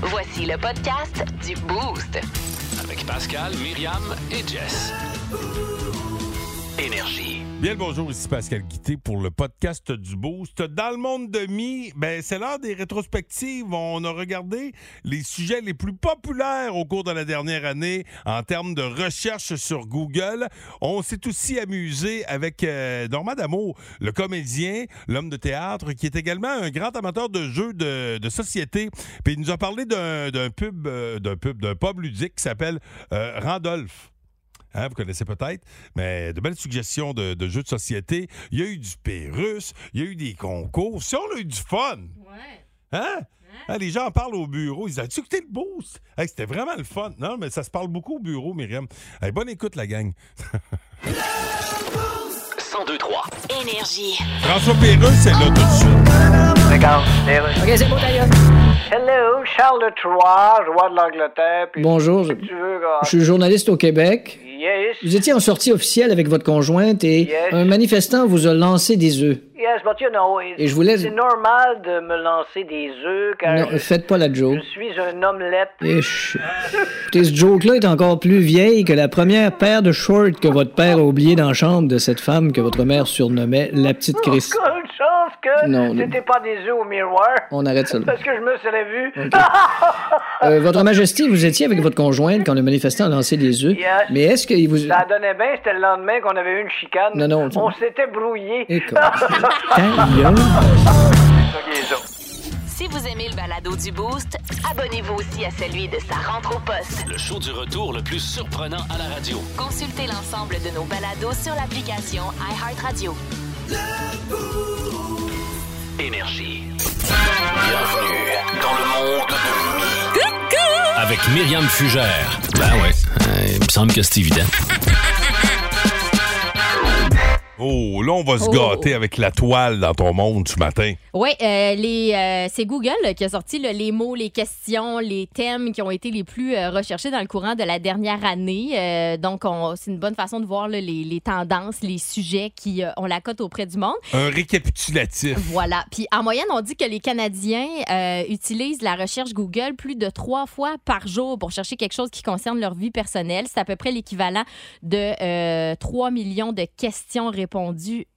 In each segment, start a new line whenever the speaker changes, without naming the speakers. Voici le podcast du Boost.
Avec Pascal, Myriam et Jess. Énergie.
Bien le bonjour, ici Pascal Guité pour le podcast du Boost. Dans le monde de mi, ben, c'est l'heure des rétrospectives. On a regardé les sujets les plus populaires au cours de la dernière année en termes de recherche sur Google. On s'est aussi amusé avec euh, Normand D'Amour, le comédien, l'homme de théâtre, qui est également un grand amateur de jeux de, de société. Puis il nous a parlé d'un d'un pub, euh, d'un pub, d'un pub ludique qui s'appelle euh, Randolph. Hein, vous connaissez peut-être, mais de belles suggestions de, de jeux de société. Il y a eu du Pérus, il y a eu des concours. Si on a eu du fun,
Ouais.
hein? Hein, les gens en parlent au bureau. Ils disent As-tu écouté le boost? Hey, C'était vraiment le fun. Non, mais ça se parle beaucoup au bureau, Myriam. Hey, bonne écoute, la gang.
1023.
Énergie.
François Pérus, c'est là tout de suite.
Hello, Charles III, roi de l'Angleterre, puis
Bonjour, je,
tu veux, gars.
je suis journaliste au Québec.
Yes,
Vous étiez en sortie officielle avec votre conjointe et
Yes.
un manifestant vous a lancé des œufs.
yes, but you know, it-
Et je vous laisse-
c'est normal de me lancer des œufs car
Non,
je,
faites pas la joke.
je suis un omelette.
Et ch- Écoutez, ce joke-là est encore plus vieille que la première paire de shorts que votre père a oublié dans la chambre de cette femme que votre mère surnommait la petite Chris.
Quelle chance que
Non, non.
c'était pas des œufs au miroir,
On arrête ça. là.
parce que je me serais vu.
Euh, votre Majesté, vous étiez avec votre conjointe quand le manifestant a lancé des œufs.
Yes.
Mais est-ce qu'il vous...
Ça donnait bien, c'était le lendemain qu'on avait eu une chicane.
Non, non,
On s'était brouillé.
Écoute. Ta gueule.
Si vous aimez le balado du Boost, abonnez-vous aussi à celui de sa rentre au poste.
Le show du retour le plus surprenant à la radio.
Consultez l'ensemble de nos balados sur l'application iHeartRadio.
Énergie. Bienvenue dans le monde de Mi. Avec Myriam Fugère. Ben ouais, il me semble que c'est évident.
Oh, là, on va se
Oh.
gâter avec la toile dans ton monde ce matin.
Oui, les euh, c'est Google là, qui a sorti là, les mots, les questions, les thèmes qui ont été les plus euh, recherchés dans le courant de la dernière année. Euh, donc, on- c'est une bonne façon de voir là, les, les tendances, les sujets qui euh, ont la cote auprès du monde.
Un récapitulatif.
Voilà. Puis en moyenne, on dit que les Canadiens euh, utilisent la recherche Google plus de trois fois par jour pour chercher quelque chose qui concerne leur vie personnelle. C'est à peu près l'équivalent de euh, 3 millions de questions répondues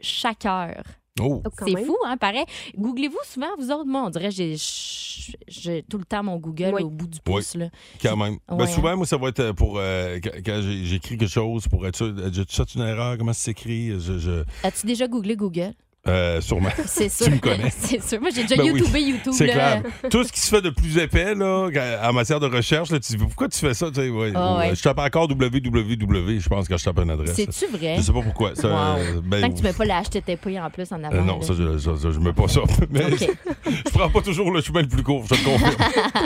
chaque heure.
Oh,
Quand
C'est
même.
fou, hein, pareil. Googlez-vous souvent, vous autres? Moi, on dirait que j'ai- j'ai j'ai tout le temps mon Google
Oui.
au bout du pouce. là.
quand même. Ben,
Ouais,
souvent, moi, ça va être pour. euh, quand quand j'ai- j'écris quelque chose, pour être sûr. euh, J'ai fait une erreur, comment ça s'écrit? Je, je-
As-tu déjà googlé Google?
euh, sûrement.
C'est sûr.
me connais.
C'est sûr. Moi, j'ai déjà
Ben oui,
YouTubé YouTube.
C'est
là.
clair. Tout ce qui se fait de plus épais là, en matière de recherche, là, tu dis pourquoi tu fais ça? Tu sais, ouais.
Ah ouais.
Je tape encore www, je pense, quand je tape une adresse.
C'est-tu vrai?
Je sais pas pourquoi. Ça,
Wow.
euh, ben,
Tant que tu mets pas la HTTP en plus en avant.
euh, non,
là.
ça, je, ça, ça, je mets pas ça. Mais
OK.
je prends pas toujours le chemin le plus court, je te le confirme.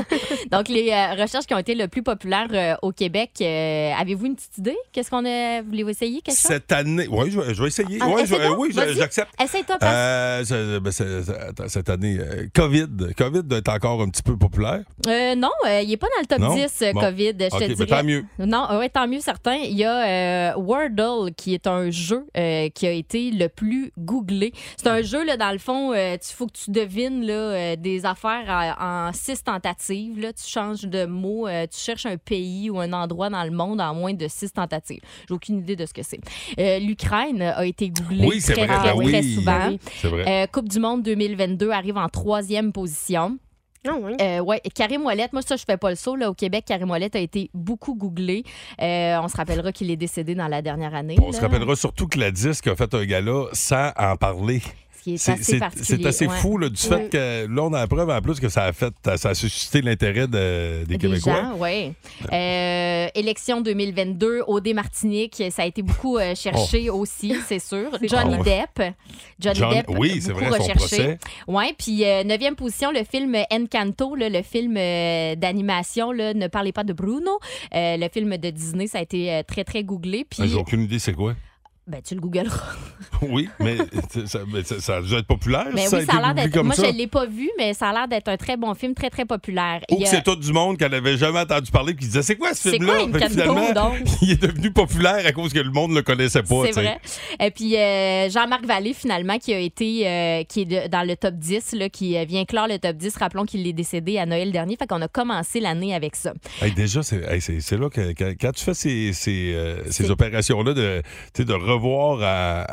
Donc, les euh, recherches qui ont été le plus populaires euh, au Québec, euh, avez-vous une petite idée? Qu'est-ce qu'on a. Voulez-vous essayer quelque chose?
Cette année, oui, je, vais- je vais essayer.
Ah,
Ouais, je-
essaie donc,
oui, je-
vas-y.
j'accepte.
Essaye-toi, parce
Euh, c'est- ben, c'est- c'est- attends, cette année, euh, COVID. COVID est encore un petit peu populaire.
Euh, non, euh, il n'est pas dans le top
Non?
10, euh,
Bon.
COVID, je
OK,
te
mais
dirais.
tant mieux.
Non, euh, ouais, tant mieux certain. Il y a euh, Wordle qui est un jeu euh, qui a été le plus googlé. C'est un jeu là dans le fond, il faut que tu devines là, euh, des affaires à- en six tentatives. Là, tu changes de mot, euh, tu cherches un pays ou un endroit dans le monde en moins de six tentatives. J'ai aucune idée de ce que c'est. Euh, L'Ukraine a été googlée
Oui, c'est
très,
vrai,
très,
ben
très
oui.
souvent.
C'est vrai.
Euh, Coupe du monde 2022 arrive en troisième position.
Ah oui.
Euh, ouais, Karim Ouellet, moi ça je fais pas le saut là au Québec, Karim Ouellet a été beaucoup googlé. Euh, on se rappellera qu'il est décédé dans la dernière année.
on se
là.
rappellera surtout que la disque a fait un gala sans en parler.
Ce qui est,
C'est-
assez
C'est
particulier.
c'est assez
ouais.
fou là, du fait que là, on a la preuve en plus que ça a, fait, ça a suscité l'intérêt de- des, Québécois. Ben,
gens, oui. Euh, élection 2022, Odé Martinique, ça a été beaucoup euh, cherché aussi, c'est sûr. Johnny
Ah
Depp. Johnny
John-
Depp,
Oh. oui, c'est
beaucoup
vrai, son
recherché.
procès.
Oui, puis euh, neuvième position, le film Encanto, là, le film euh, d'animation, là, Ne parlez pas de Bruno. Euh, le film de Disney, ça a été euh, très, très googlé.
Mais J'ai
Puis,
aucune idée c'est quoi.
ben, tu le googleras.
oui, mais ça, mais ça- ça a dû être populaire.
Ben
Ah, ça
oui,
a été
ça a l'air
publié
d'être.
comme
Moi,
ça.
je ne l'ai pas vu, mais ça a l'air d'être un très bon film, très, très populaire.
Ou
Il y
que
a-
Oh, c'est tout du monde qu'elle n'avait jamais entendu parler qui disait c'est quoi ce
C'est quoi
film-là? Fait que
Encanto,
finalement,
donc?
il est devenu populaire à cause que le monde ne le connaissait pas.
C'est
tu sais.
vrai. Et puis euh, Jean-Marc Vallée, finalement, qui a été euh, qui est de- dans le top 10, là, qui euh, vient clore le top 10. Rappelons qu'il est décédé à Noël dernier. Fait qu'on a commencé l'année avec ça.
Hey, déjà, c'est hey, c'est- c'est là que quand, quand tu fais ces, ces, euh, ces
C'est-
opérations-là, de, tu sais, de revoir à-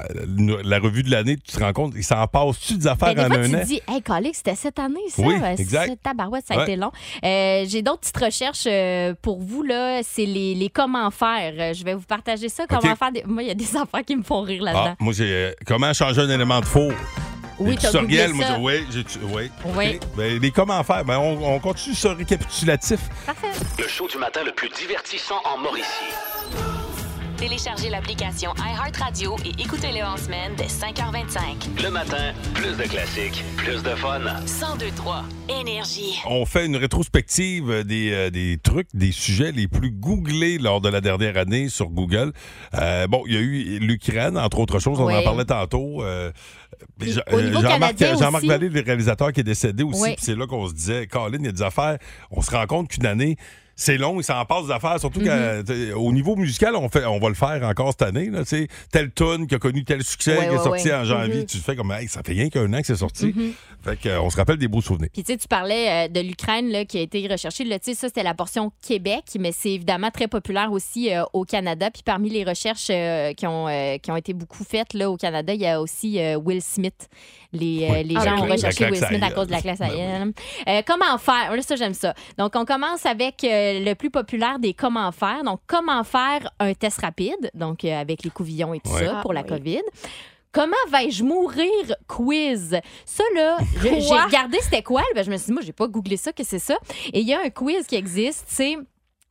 la revue de l'année, tu te rends compte, il s'en passe-tu des affaires
Ben, des
en
fois,
un
tu
an?
te dis, hey, Calix, c'était cette année, ça.
Oui,
Euh,
exact.
c'est- Tabarouette, ça a
Ouais.
été long. Euh, J'ai d'autres petites recherches euh, pour vous, là. C'est les, les comment faire. Euh, Je vais vous partager ça. Comment
Ok.
faire. des- Moi, il y a des affaires qui me font rire là-dedans.
Ah, moi, j'ai. euh, comment changer un élément de four?
oui,
Les
t'as googlé
tutoriels, moi,
ça.
j'ai- oui, j'ai. tu- Oui.
Oui.
OK. Ben, les comment faire? Ben, on, on continue ce récapitulatif.
Parfait.
Le show du matin le plus divertissant en Mauricie.
Téléchargez l'application iHeartRadio et écoutez-le en semaine dès 5h25.
Le matin, plus de classiques, plus de fun.
1023 Énergie.
On fait une rétrospective euh, des, euh, des trucs, des sujets les plus googlés lors de la dernière année sur Google. Euh, bon, il y a eu l'Ukraine, entre autres choses, on en
Ouais.
parlait tantôt. Euh,
Puis,
Jean-
au niveau
Jean-Marc
canadien
Jean-Marc
aussi.
Vallée, le réalisateur qui est décédé aussi,
Ouais.
puis c'est là qu'on se disait, Colin, il y a des affaires. On se rend compte qu'une année, c'est long, il s'en passe des affaires, surtout
Mm-hmm.
qu'au niveau musical, on, fait, on va le faire encore cette année. Là, tu sais. telle tune qui a connu tel succès,
Ouais,
qui est
ouais,
sorti
ouais. Mm-hmm.
en janvier, tu te fais comme, Hey, ça fait rien qu'un an que c'est sorti. Fait que, euh, on se rappelle des beaux souvenirs.
Puis tu sais, tu parlais euh, de l'Ukraine là, qui a été recherchée. Là, tu sais, ça, c'était la portion Québec, mais c'est évidemment très populaire aussi euh, au Canada. Puis parmi les recherches euh, qui, ont, euh, qui ont été beaucoup faites là, au Canada, il y a aussi euh, Will Smith. Les, euh,
Oui,
les
avec
gens ont
Ah, la- la
recherché
claque
Will
sa
Smith à
gueule.
cause de la classe à
Ben oui.
elle. Euh, comment faire? Là, ça, j'aime ça. Donc, on commence avec euh, le plus populaire des comment faire. Donc, comment faire un test rapide, donc euh, avec les couvillons et tout
Ouais.
ça pour
Ah,
la
oui.
COVID. Comment vais-je mourir quiz? Ça, là, je- j'ai
Quoi?
regardé c'était quoi. Ben, je me suis dit, moi, j'ai pas googlé ça, que c'est ça. Et il y a un quiz qui existe, c'est.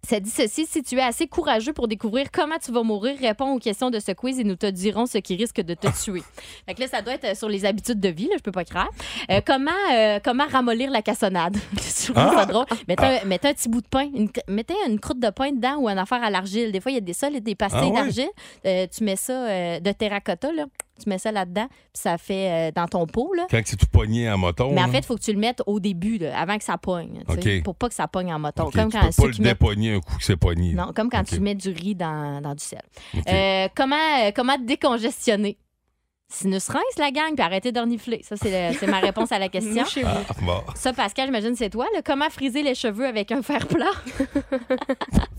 Ça dit ceci, si tu es assez courageux pour découvrir comment tu vas mourir, réponds aux questions de ce quiz et nous te dirons ce qui risque de te tuer. fait que là, ça doit être euh, sur les habitudes de vie, là, je peux pas croire. Euh, comment, euh, comment ramollir la cassonade? Je
Ah!
trouve ça drôle. Mettez, un, mettez un petit bout de pain, une- mettez une croûte de pain dedans ou une affaire à l'argile. Des fois, il y a des sols et des pastilles
Ah ouais?
d'argile. Euh, tu mets ça euh, de terracotta, là. tu mets ça là-dedans, puis ça fait euh, dans ton pot. Là.
Quand c'est tout pogné en moton.
Mais en
là.
fait, il faut que tu le mettes au début, là, avant que ça pogne. tu
hein. OK.
sais, Pour pas que ça pogne en moton.
Ok,
comme
tu
quand,
peux
ceux
pas le
qui mettent-
dépogner un coup que c'est pogné.
non, comme quand
OK.
tu mets du riz dans, dans du sel.
OK.
Euh, comment, euh, comment te décongestionner? Sinus rince, la gang, puis arrêter d'ornifler. Ça, c'est le- c'est ma réponse à la question.
Moi, chez
Ah,
vous.
bon.
Ça, Pascal, j'imagine c'est toi. là. Comment friser les cheveux avec un fer plat?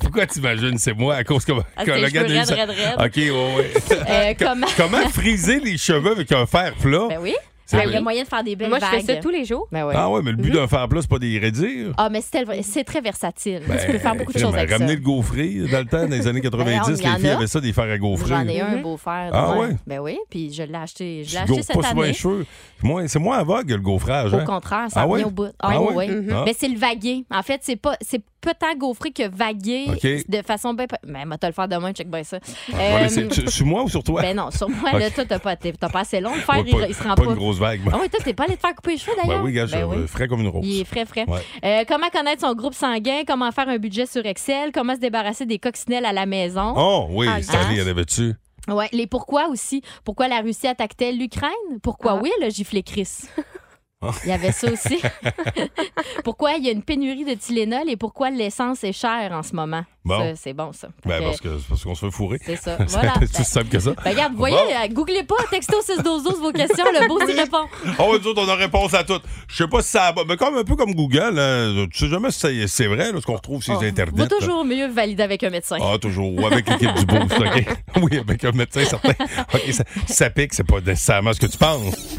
Pourquoi t'imagines c'est moi à cause que,
Parce
que
Ah, que
le
les
gars
cheveux
de-
raides, raides, raides.
OK, ouais, ouais.
Euh,
Co-
comment-
Comment friser les cheveux avec un fer plat?
Ben oui.
C'est
Ah, Il y a
vrai.
moyen de faire des belles
Moi, je
vagues.
fais ça tous les jours.
Ben oui.
Ah ouais, mais le but d'un fer plat, c'est pas d'y réduire.
Ah, mais c'est tel- c'est très versatile. tu peux
Ben,
faire beaucoup de
crème,
choses avec
ramener
ça.
le gaufrier dans le temps, dans les années 90,
Ben, on y en
les filles
a.
avaient ça, des fers à gaufrer.
J'en ai un
Mhm.
beau fer.
Ah
demain.
ouais?
Ben oui, puis je l'ai acheté, je
Je
l'ai
gaufre
acheté cette
pas souvent les
année.
cheveux. Moi, C'est moins vogue, le gaufrage.
Au
hein?
contraire, ça
Ah
revient
ouais?
au bout. Ah,
Ah
oui,
ouais?
oui.
Mhm.
Mais c'est le vaguer. En fait, c'est pas c'est pas tant gaufré que vaguer
OK.
de façon bien. Mais moi, t'as le faire demain, check bien ça.
Je vais
Euh,
Ah, laisser- tu- Sur moi ou sur toi?
ben non, sur moi, là,
OK.
toi, t'as pas, t'es- t'as pas assez long. Le fer,
Ouais,
il,
pas,
il se rend
pas
pas.
une grosse vague. moi.
Ah oui, toi, t'es pas allé te faire couper les cheveux
Ben
d'ailleurs.
oui, gars, je
oui.
euh, frais comme une rose.
Il est frais, frais.
Ouais.
Euh, comment connaître son groupe sanguin? Comment faire un budget sur Excel? Comment se débarrasser des coccinelles à la maison?
Oh oui,
Ah,
cette année, il y en
gars.
avait-tu?
Ouais, les pourquoi aussi. Pourquoi la Russie attaque-t-elle l'Ukraine? Pourquoi
Ah.
oui, elle a giflé Chris?
Ah.
Il y avait ça aussi. pourquoi il y a une pénurie de Tylenol et pourquoi l'essence est chère en ce moment?
Bon.
Ça, C'est bon, ça.
Ben,
Fait que
parce que- c'est parce qu'on se fait fourrer.
C'est ça.
C'est
Voilà.
aussi
Ben,
simple que ça.
ben, regarde, vous voyez,
Bon.
euh, googlez pas, texto 612 vos questions, le beau s'y répond.
Ah ouais, nous autres, on a réponse à toutes. Je sais pas si ça va. Mais comme un peu comme Google, hein, tu sais jamais si c'est- c'est vrai là, ce qu'on retrouve sur les Internet.
Vous Oh, toujours mieux valider avec un médecin.
Ah, toujours. Ou avec l'équipe du Boost, OK? Oui, avec un médecin certain. OK, ça, ça pique, c'est pas nécessairement ce que tu penses.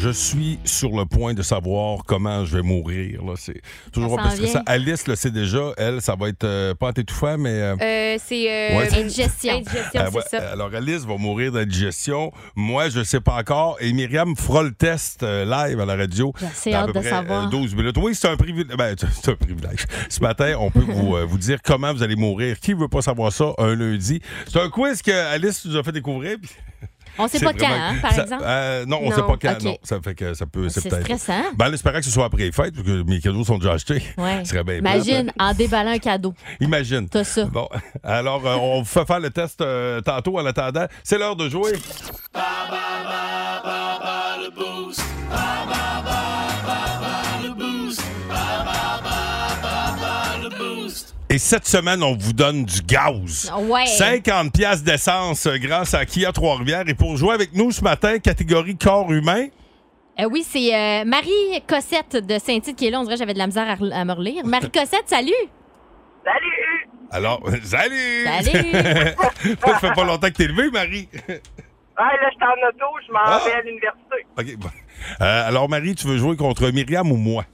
je suis sur le point de savoir comment je vais mourir. Là. C'est
Ça
toujours parce
s'en
que ça,
vient.
Alice le sait déjà. Elle, ça va être euh, pas à t'étouffer, mais. euh,
Euh, c'est euh,
Ouais.
indigestion. Indigestion,
Ah ouais,
c'est ça.
Alors, Alice va mourir d'indigestion. Moi, je ne sais pas encore. Et Myriam fera le test euh, live à la radio.
J'ai assez
dans à
hâte
peu
de
près,
savoir.
euh, 12 minutes. Oui, c'est un privilège. Ben, c'est- c'est un privilège. Ce matin, on peut vous, euh, vous dire comment vous allez mourir. Qui veut pas savoir ça un lundi? C'est un quiz que Alice nous a fait découvrir. puis
On sait
c'est
pas quand,
vraiment-
hein, par
ça-
exemple.
euh, non, on
Non.
sait pas quand.
Ok. Ah,
Non, ça fait que ça peut.
C'est
peut-être-
stressant.
Ben, en espérant que ce soit après les fêtes, parce que mes cadeaux sont déjà achetés.
Ouais.
Ce serait bien plate,
Imagine, en déballant un cadeau,
Imagine.
t'as ça.
Bon, alors, euh, on vous fait faire le test euh, tantôt en attendant. C'est l'heure de jouer. Et cette semaine, on vous donne du gaz.
Ah, Ouais.
50 pièces d'essence euh, grâce à Kia Trois-Rivières. Et pour jouer avec nous ce matin, catégorie corps humain,
Euh, oui, c'est euh, Marie Cossette de Saint-Tite qui est là. On dirait que j'avais de la misère à, re- à me relire. Marie Cossette, salut!
Salut!
alors, salut!
Salut!
Toi, ça fait pas longtemps que t'es levé, Marie.
Ouais, là, je suis en auto, je m'en
Ah!
vais à l'université.
OK, bon. Euh, alors, Marie, tu veux jouer contre Myriam ou moi?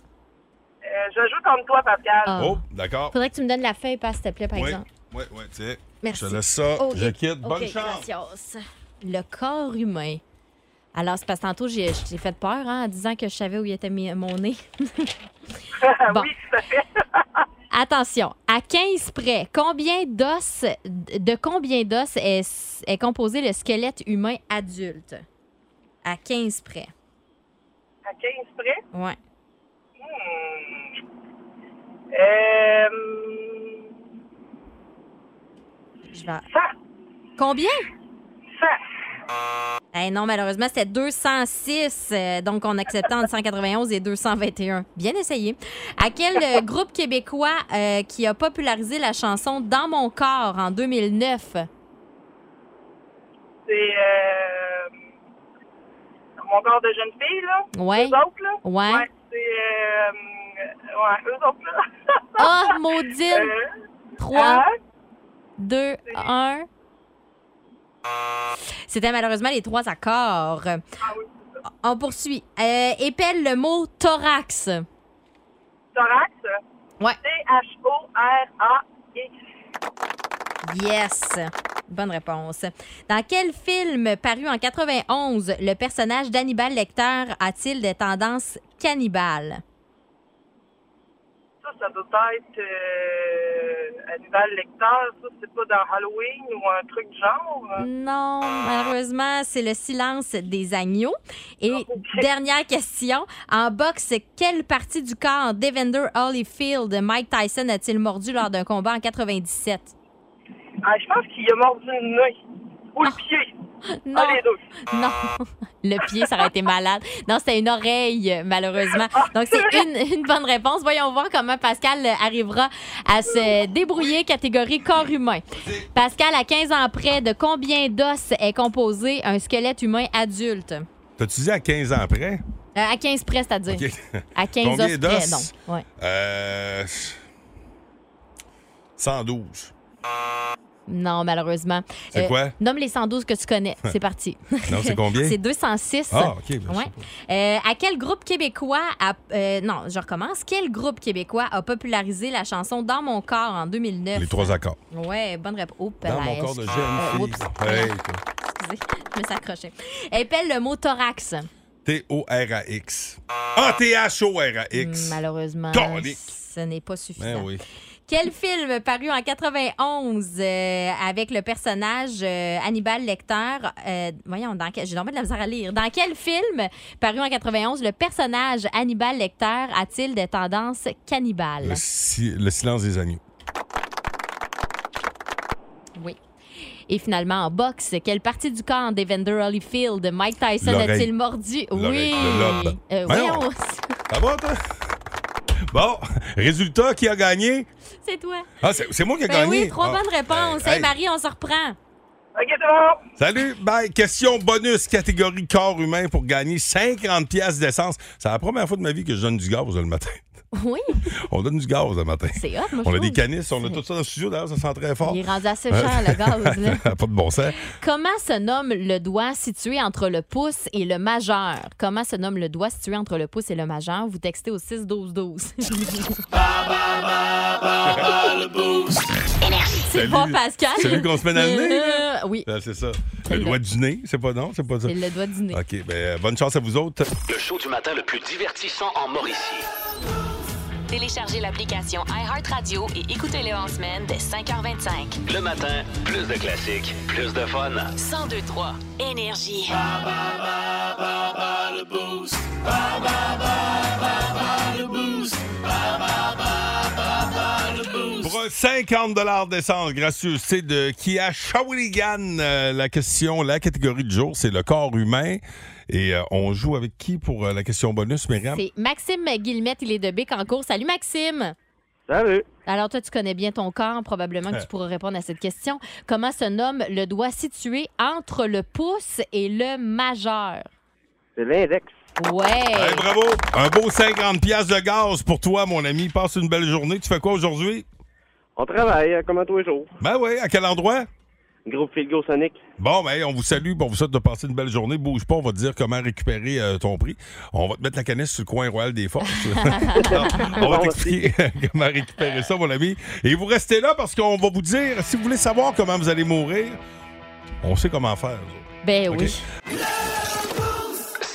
Euh, je joue contre toi, Pascal.
Ah.
Oh, d'accord.
Faudrait que tu me donnes la feuille, passe, s'il te plaît, par
Oui,
exemple.
oui, oui, tu sais.
Merci.
Je te laisse ça.
Ok.
Je quitte. Bonne
Ok,
chance.
gracias. Le corps humain. Alors, c'est parce que tantôt, j'ai j'ai fait peur hein, en disant que je savais où il était mis- mon nez. bon.
Oui, tout à fait.
Attention, à 15 près, combien d'os, de combien d'os est, est composé le squelette humain adulte? À 15 près.
À 15 près.
Ouais.
Hmm. Euh,
Je vais-
100,
Combien?
100.
Eh non, malheureusement, c'était 206. euh, donc, on acceptait entre 191 et 221. Bien essayé. À quel euh, groupe québécois euh, qui a popularisé la chanson Dans mon corps en 2009?
C'est euh, mon corps de jeune fille, là.
Ouais.
Eux autres, là.
Ouais.
c'est... Euh, ouais, eux autres, là.
Ah, maudine!
Euh,
3,
hein?
2, 1. C'était malheureusement les trois accords. On poursuit. Euh, épelle le mot thorax.
Thorax.
Ouais.
T-H-O-R-A-X.
Yes! Bonne réponse. Dans quel film paru en 91, le personnage d'Hannibal Lecter a-t-il des tendances cannibales?
Ça, ça doit être euh, Hannibal Lecteur. Ça, c'est pas dans Halloween ou un truc du genre.
Non, malheureusement, c'est le silence des agneaux. Et dernière question, en boxe, quelle partie du corps d'Evander Holyfield Mike Tyson a-t-il mordu lors d'un combat en 97?
Ah, je pense qu'il a mordu le nez. Ou le pied.
Ah. Non,
Ah, les deux.
non, le pied, ça aurait été malade. Non, c'était une oreille, malheureusement.
Ah,
Donc, c'est une, une bonne réponse. Voyons voir comment Pascal arrivera à se débrouiller catégorie corps humain. Pascal, à 15 ans près, de combien d'os est composé un squelette humain adulte?
T'as-tu dit à 15 ans après?
Euh, à 15 près, c'est-à-dire.
OK.
À 15
Combien
os près,
d'os?
non. Ouais.
Euh, 112.
Non, malheureusement.
C'est
Euh,
quoi?
Nomme les 112 que tu connais. C'est parti.
Non, c'est combien?
C'est 206.
Ah, OK. ben, je sais
Ouais. Euh, à quel groupe québécois a, euh, non, je recommence. Quel groupe québécois a popularisé la chanson Dans mon corps en
pas.
2009
Les trois accords.
Ouais, bonne réponse. Oh,
Dans mon
palaise.
corps de jeune
Euh,
fille.
oups,
Hey,
pardon, excusez, je me suis accrochée. Épelle le mot thorax.
T-O-R-A-X. Ah, T-H-O-R-A-X.
Malheureusement,
Colique.
ce n'est pas suffisant.
Ben oui.
Quel film paru en 91 euh, avec le personnage euh, Hannibal Lecter euh, Voyons, dans quel, j'ai dormi de la misère à lire. Dans quel film paru en 91 le personnage Hannibal Lecter a-t-il des tendances cannibales
Le, si- le silence des agneaux.
Oui. Et finalement, en boxe, quelle partie du corps d'Evander Holyfield Mike Tyson
L'oreille.
a-t-il mordu
L'oreille,
Oui.
le lobe.
Euh,
Voyons.
voyons,
Ça va, toi? Bon, résultat, qui a gagné?
c'est toi.
Ah, c'est c'est moi qui ai
Ben
gagné.
oui, trois
Ah.
bonnes réponses.
Hey,
Hey, Marie, on se reprend.
OK, c'est bon.
Salut, bye. Question bonus, catégorie corps humain pour gagner 50 pièces d'essence. C'est la première fois de ma vie que je donne du gaz le matin.
Oui,
On donne du gaz le matin.
c'est hot, moi, je
On a
trouve.
des canisses, on a tout ça dans le studio, d'ailleurs, ça sent très fort.
Il est rendu assez cher, le gaz. là.
Pas de bon sens.
Comment se nomme le doigt situé entre le pouce et le majeur? Comment se nomme le doigt situé entre le pouce et le majeur? Vous textez au 6-12-12. C'est
Salut.
pas Pascal.
Celui qu'on se met dans le nez, là.
Euh, Oui,
Ben, c'est ça.
C'est
Le
le-
doigt du nez, c'est pas non, c'est pas ça.
c'est le doigt du nez.
OK, ben, bonne chance à vous autres.
Le show du matin le plus divertissant en Mauricie.
Téléchargez l'application iHeartRadio et écoutez-le en semaine dès 5h25.
Le matin, plus de classiques, plus de fun.
1023 Énergie.
Pour un 50 d'essence gracieuse, c'est de Kia Shawinigan. Euh, la question, la catégorie du jour, c'est le corps humain. Et euh, on joue avec qui pour euh, la question bonus, Myriam?
C'est Maxime Guillemette, il est de Bic en cours. Salut Maxime!
Salut.
Alors toi, tu connais bien ton corps, probablement que tu pourras répondre à cette question. Comment se nomme le doigt situé entre le pouce et le majeur?
C'est l'index.
Ouais!
Hey, bravo! Un beau 50 pièces de gaz pour toi, mon ami. Passe une belle journée. Tu fais quoi aujourd'hui?
On travaille euh, comme à tous les jours.
Ben oui, à quel endroit?
Groupe Filgo Sonic.
Bon, ben, hey, on vous salue, puis on vous souhaite de passer une belle journée. Bouge pas, on va te dire comment récupérer euh, ton prix. On va te mettre la canisse sur le coin royal des forces. Non, on va
Bon,
t'expliquer comment récupérer ça, mon ami. Et vous restez là parce qu'on va vous dire, si vous voulez savoir comment vous allez mourir, on sait comment faire. nous autres.
Ben
OK.
oui.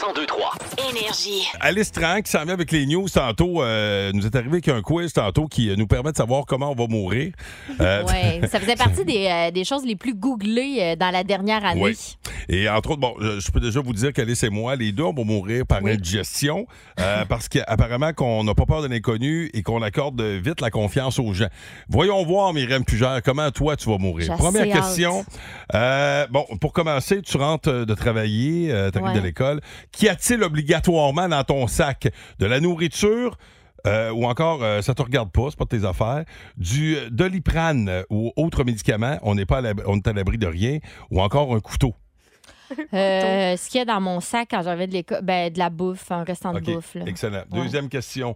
1023.
Énergie.
Alice Tran, qui s'en vient avec les news tantôt, euh, nous est arrivé qu'il y a un quiz tantôt qui euh, nous permet de savoir comment on va mourir. Euh,
Ouais, ça faisait partie des, euh, des choses les plus googlées euh, dans la dernière année.
Ouais. Et entre autres, bon, je, je peux déjà vous dire qu'Alice et moi, les deux, on va mourir par
Oui.
indigestion euh, parce qu'apparemment qu'on n'a pas peur de l'inconnu et qu'on accorde vite la confiance aux gens. Voyons voir, Myriam Pugère, comment toi tu vas mourir.
J'ai assez
Première
hâte.
question. Euh, bon, pour commencer, tu rentres euh, de travailler, tu arrives
Ouais.
de l'école. Qu'y a-t-il obligatoirement dans ton sac? De la nourriture? euh, ou encore, euh, ça te regarde pas, c'est pas de tes affaires. Du euh, doliprane euh, ou autre médicament, on n'est pas à l'ab- on est à l'abri de rien. Ou encore un couteau.
Euh, ce qu'il y a dans mon sac quand j'avais de l'école, ben, de la bouffe, un restant
OK,
de bouffe. là.
Excellent.
Ouais.
Deuxième question.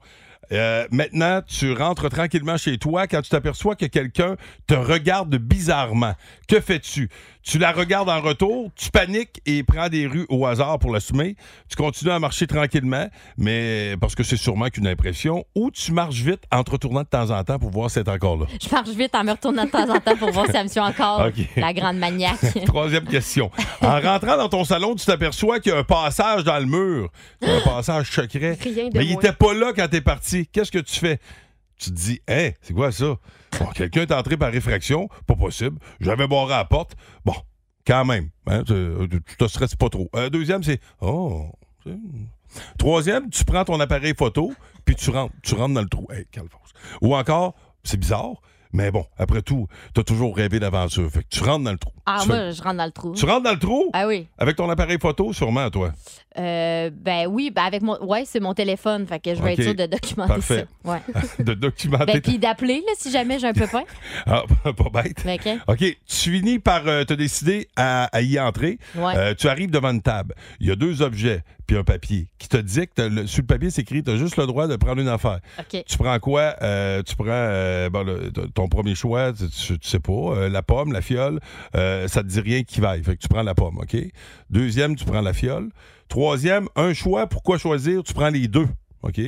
Euh, maintenant, tu rentres tranquillement chez toi quand tu t'aperçois que quelqu'un te regarde bizarrement. Que fais-tu? Tu la regardes en retour, tu paniques et prends des rues au hasard pour l'assumer. Tu continues à marcher tranquillement, mais parce que c'est sûrement qu'une impression, ou tu marches vite en te retournant de temps en temps pour voir si c'est encore là.
Je marche vite en me retournant de temps en temps pour voir si ça me suit encore.
OK.
La grande maniaque.
Troisième question. En rentrant dans ton salon, tu t'aperçois qu'il y a un passage dans le mur. C'est un passage secret.
Rien de
Mais il
moins.
était pas là quand t'es parti. Qu'est-ce que tu fais? Tu te dis, hein, c'est quoi ça? Bon, quelqu'un est entré par réfraction. Pas possible. J'avais barré la porte. Bon, quand même. hein, tu, tu te stresses pas trop. Euh, deuxième, c'est, oh. tu sais. Troisième, tu prends ton appareil photo, puis tu rentres. Tu rentres dans le trou. Hey, Calvose. Ou encore, c'est bizarre, mais bon, après tout, t'as toujours rêvé d'aventure. Fait que tu rentres dans le trou.
Ah,
tu, fais-
moi, je rentre dans le trou.
tu rentres dans le trou?
Ah oui.
Avec ton appareil photo, sûrement, toi.
Euh, ben oui, ben avec mon. Ouais, c'est mon téléphone. Fait que je vais
OK.
être sûre de documenter
Parfait. Ah,
ça. Ouais.
De documenter.
Ben, puis d'appeler, là, si jamais j'ai un peu faim. Ben,
Ah, pas bête.
OK.
OK, tu finis par euh, te décider à, à y entrer.
Ouais.
Euh, tu arrives devant une table. Il y a deux objets, puis un papier qui te dicte. Le, sur le papier, c'est écrit tu as juste le droit de prendre une affaire.
OK.
Tu prends quoi Euh, Tu prends euh, bon, le- t- ton premier choix, tu, tu- tu sais pas, euh, la pomme, la fiole. Euh, ça te dit rien qui vaille. Fait que tu prends la pomme, OK Deuxième, tu prends la fiole. Troisième, un choix. Pourquoi choisir Tu prends les deux, OK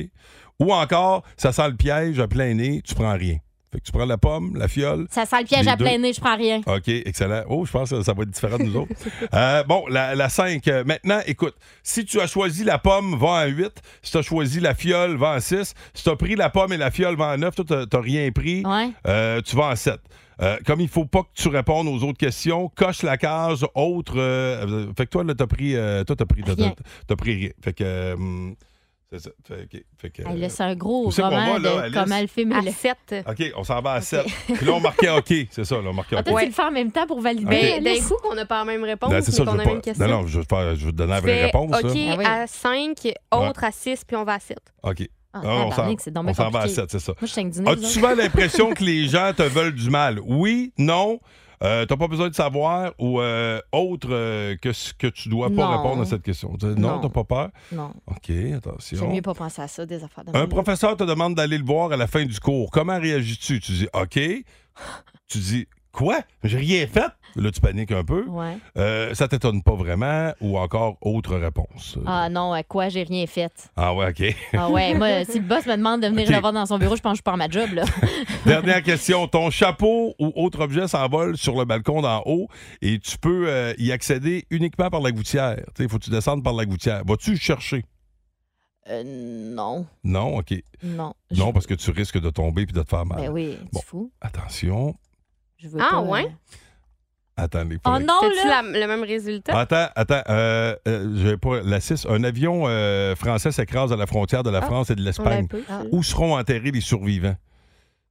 Ou encore, ça sent le piège à plein nez, tu prends rien. Fait que tu prends la pomme, la fiole,
Ça sent le piège
Les
à
deux.
plein nez, je prends rien.
OK, excellent. Oh, je pense que ça va être différent de nous autres. Euh, bon, la, 5. maintenant, écoute, si tu as choisi la pomme, va en 8. Si tu as choisi la fiole, va en 6. Si tu as pris la pomme et la fiole, va en 9. Toi, t'as- t'as rien pris.
Ouais.
Euh, tu vas en 7. comme il faut pas que tu répondes aux autres questions, coche la case autre. euh, euh, fait que toi, là, t'as pris. euh, toi, t'as pris. t'as-
Rien.
T'as t'as pris rien. Fait que. euh, hum, c'est ça. Fait, que- fait que,
Hey, là,
euh,
c'est un gros
où c'est qu'on
roman
va, là,
de
Alice?
comment le film est
À
le-
sept.
OK, on s'en va à 7. Puis là, on marquait OK. C'est ça, là, on marquait
Ah,
OK.
toi, tu le fais en même temps pour valider. euh,
Ben, d'un
Alice?
coup, qu'on n'a pas la même réponse,
Non,
mais
Ben, c'est ça, je
qu'on
veux
a la
pas-
même question.
Non, non, je vais, te faire- je vais te donner la
Tu
vraie
fais,
réponse.
OK
là.
Ah oui.
à 5, autre à 6, puis on va à 7.
OK.
Ah,
Ah, on
tabarnak,
s'en-
c'est donc
on
bien
s'en va à
compliqué.
7, c'est ça.
Moi, je suis dîner.
As-tu souvent l'impression que les gens te veulent du mal? Oui, non, euh, t'as pas besoin de savoir ou euh, autre euh, que ce que tu dois pas
Non.
répondre à cette question. Tu dis, Non,
Non.
t'as pas peur?
Non,
OK, attention.
j'aime mieux pas penser à ça, des affaires de
Un
même.
professeur te demande d'aller le voir à la fin du cours. Comment réagis-tu? Tu dis OK. Tu dis Quoi? J'ai rien fait. Là, tu paniques un peu.
Ouais.
Euh, ça t'étonne pas vraiment ou encore autre réponse.
Ah non, à quoi j'ai rien fait.
Ah ouais, OK.
Ah ouais, moi, si le boss me demande de venir
Ok.
le voir dans son bureau, je pense que je pars ma job, là.
Dernière question. Ton chapeau ou autre objet s'envole sur le balcon d'en haut et tu peux euh, y accéder uniquement par la gouttière. Il faut que tu descendes par la gouttière. Vas-tu le chercher?
Euh, non,
Non, OK.
non.
Non, parce que tu risques de tomber puis de te faire mal.
Ben oui,
Bon.
tu fous.
Attention.
Je veux
Ah,
pas,
ouais?
Attends, les
Oh non,
T'as-tu
là!
la- le même résultat?
Attends, attends, euh, euh, je vais pas la 6. Un avion euh, français s'écrase à la frontière de la
Ah,
France et de
On l'a un
l'Espagne.
peu.
Ah.
Où seront enterrés les survivants?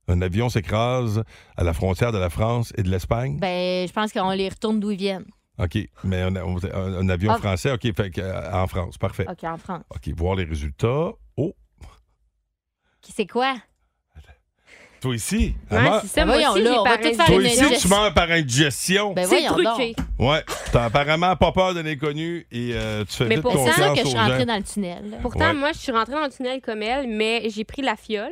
Un avion s'écrase à la frontière de la France et de l'Espagne?
Ben, je pense qu'on les retourne d'où ils viennent.
OK, mais un, un- un avion
Ah.
français, OK, fait que, euh, en France, parfait.
OK, en France.
OK, voir les résultats. Oh,
Qui c'est quoi?
toi ici,
Ouais,
Amar,
c'est ça,
Ben
moi
voyons,
aussi,
là,
j'ai
on va
pareil.
tout faire
toi
une
ici, tu
indigestion.
meurs par indigestion.
Ben
C'est
voyons
truqué.
donc.
Ouais, t'as apparemment pas peur de l'inconnu et euh, tu fais
Mais
vite
pour-
Ben, C'est
confiance
sûr que je
aux
suis
gens.
rentrée dans le tunnel. là.
Pourtant,
Ouais.
moi, je suis rentrée dans le tunnel comme elle, mais j'ai pris la fiole.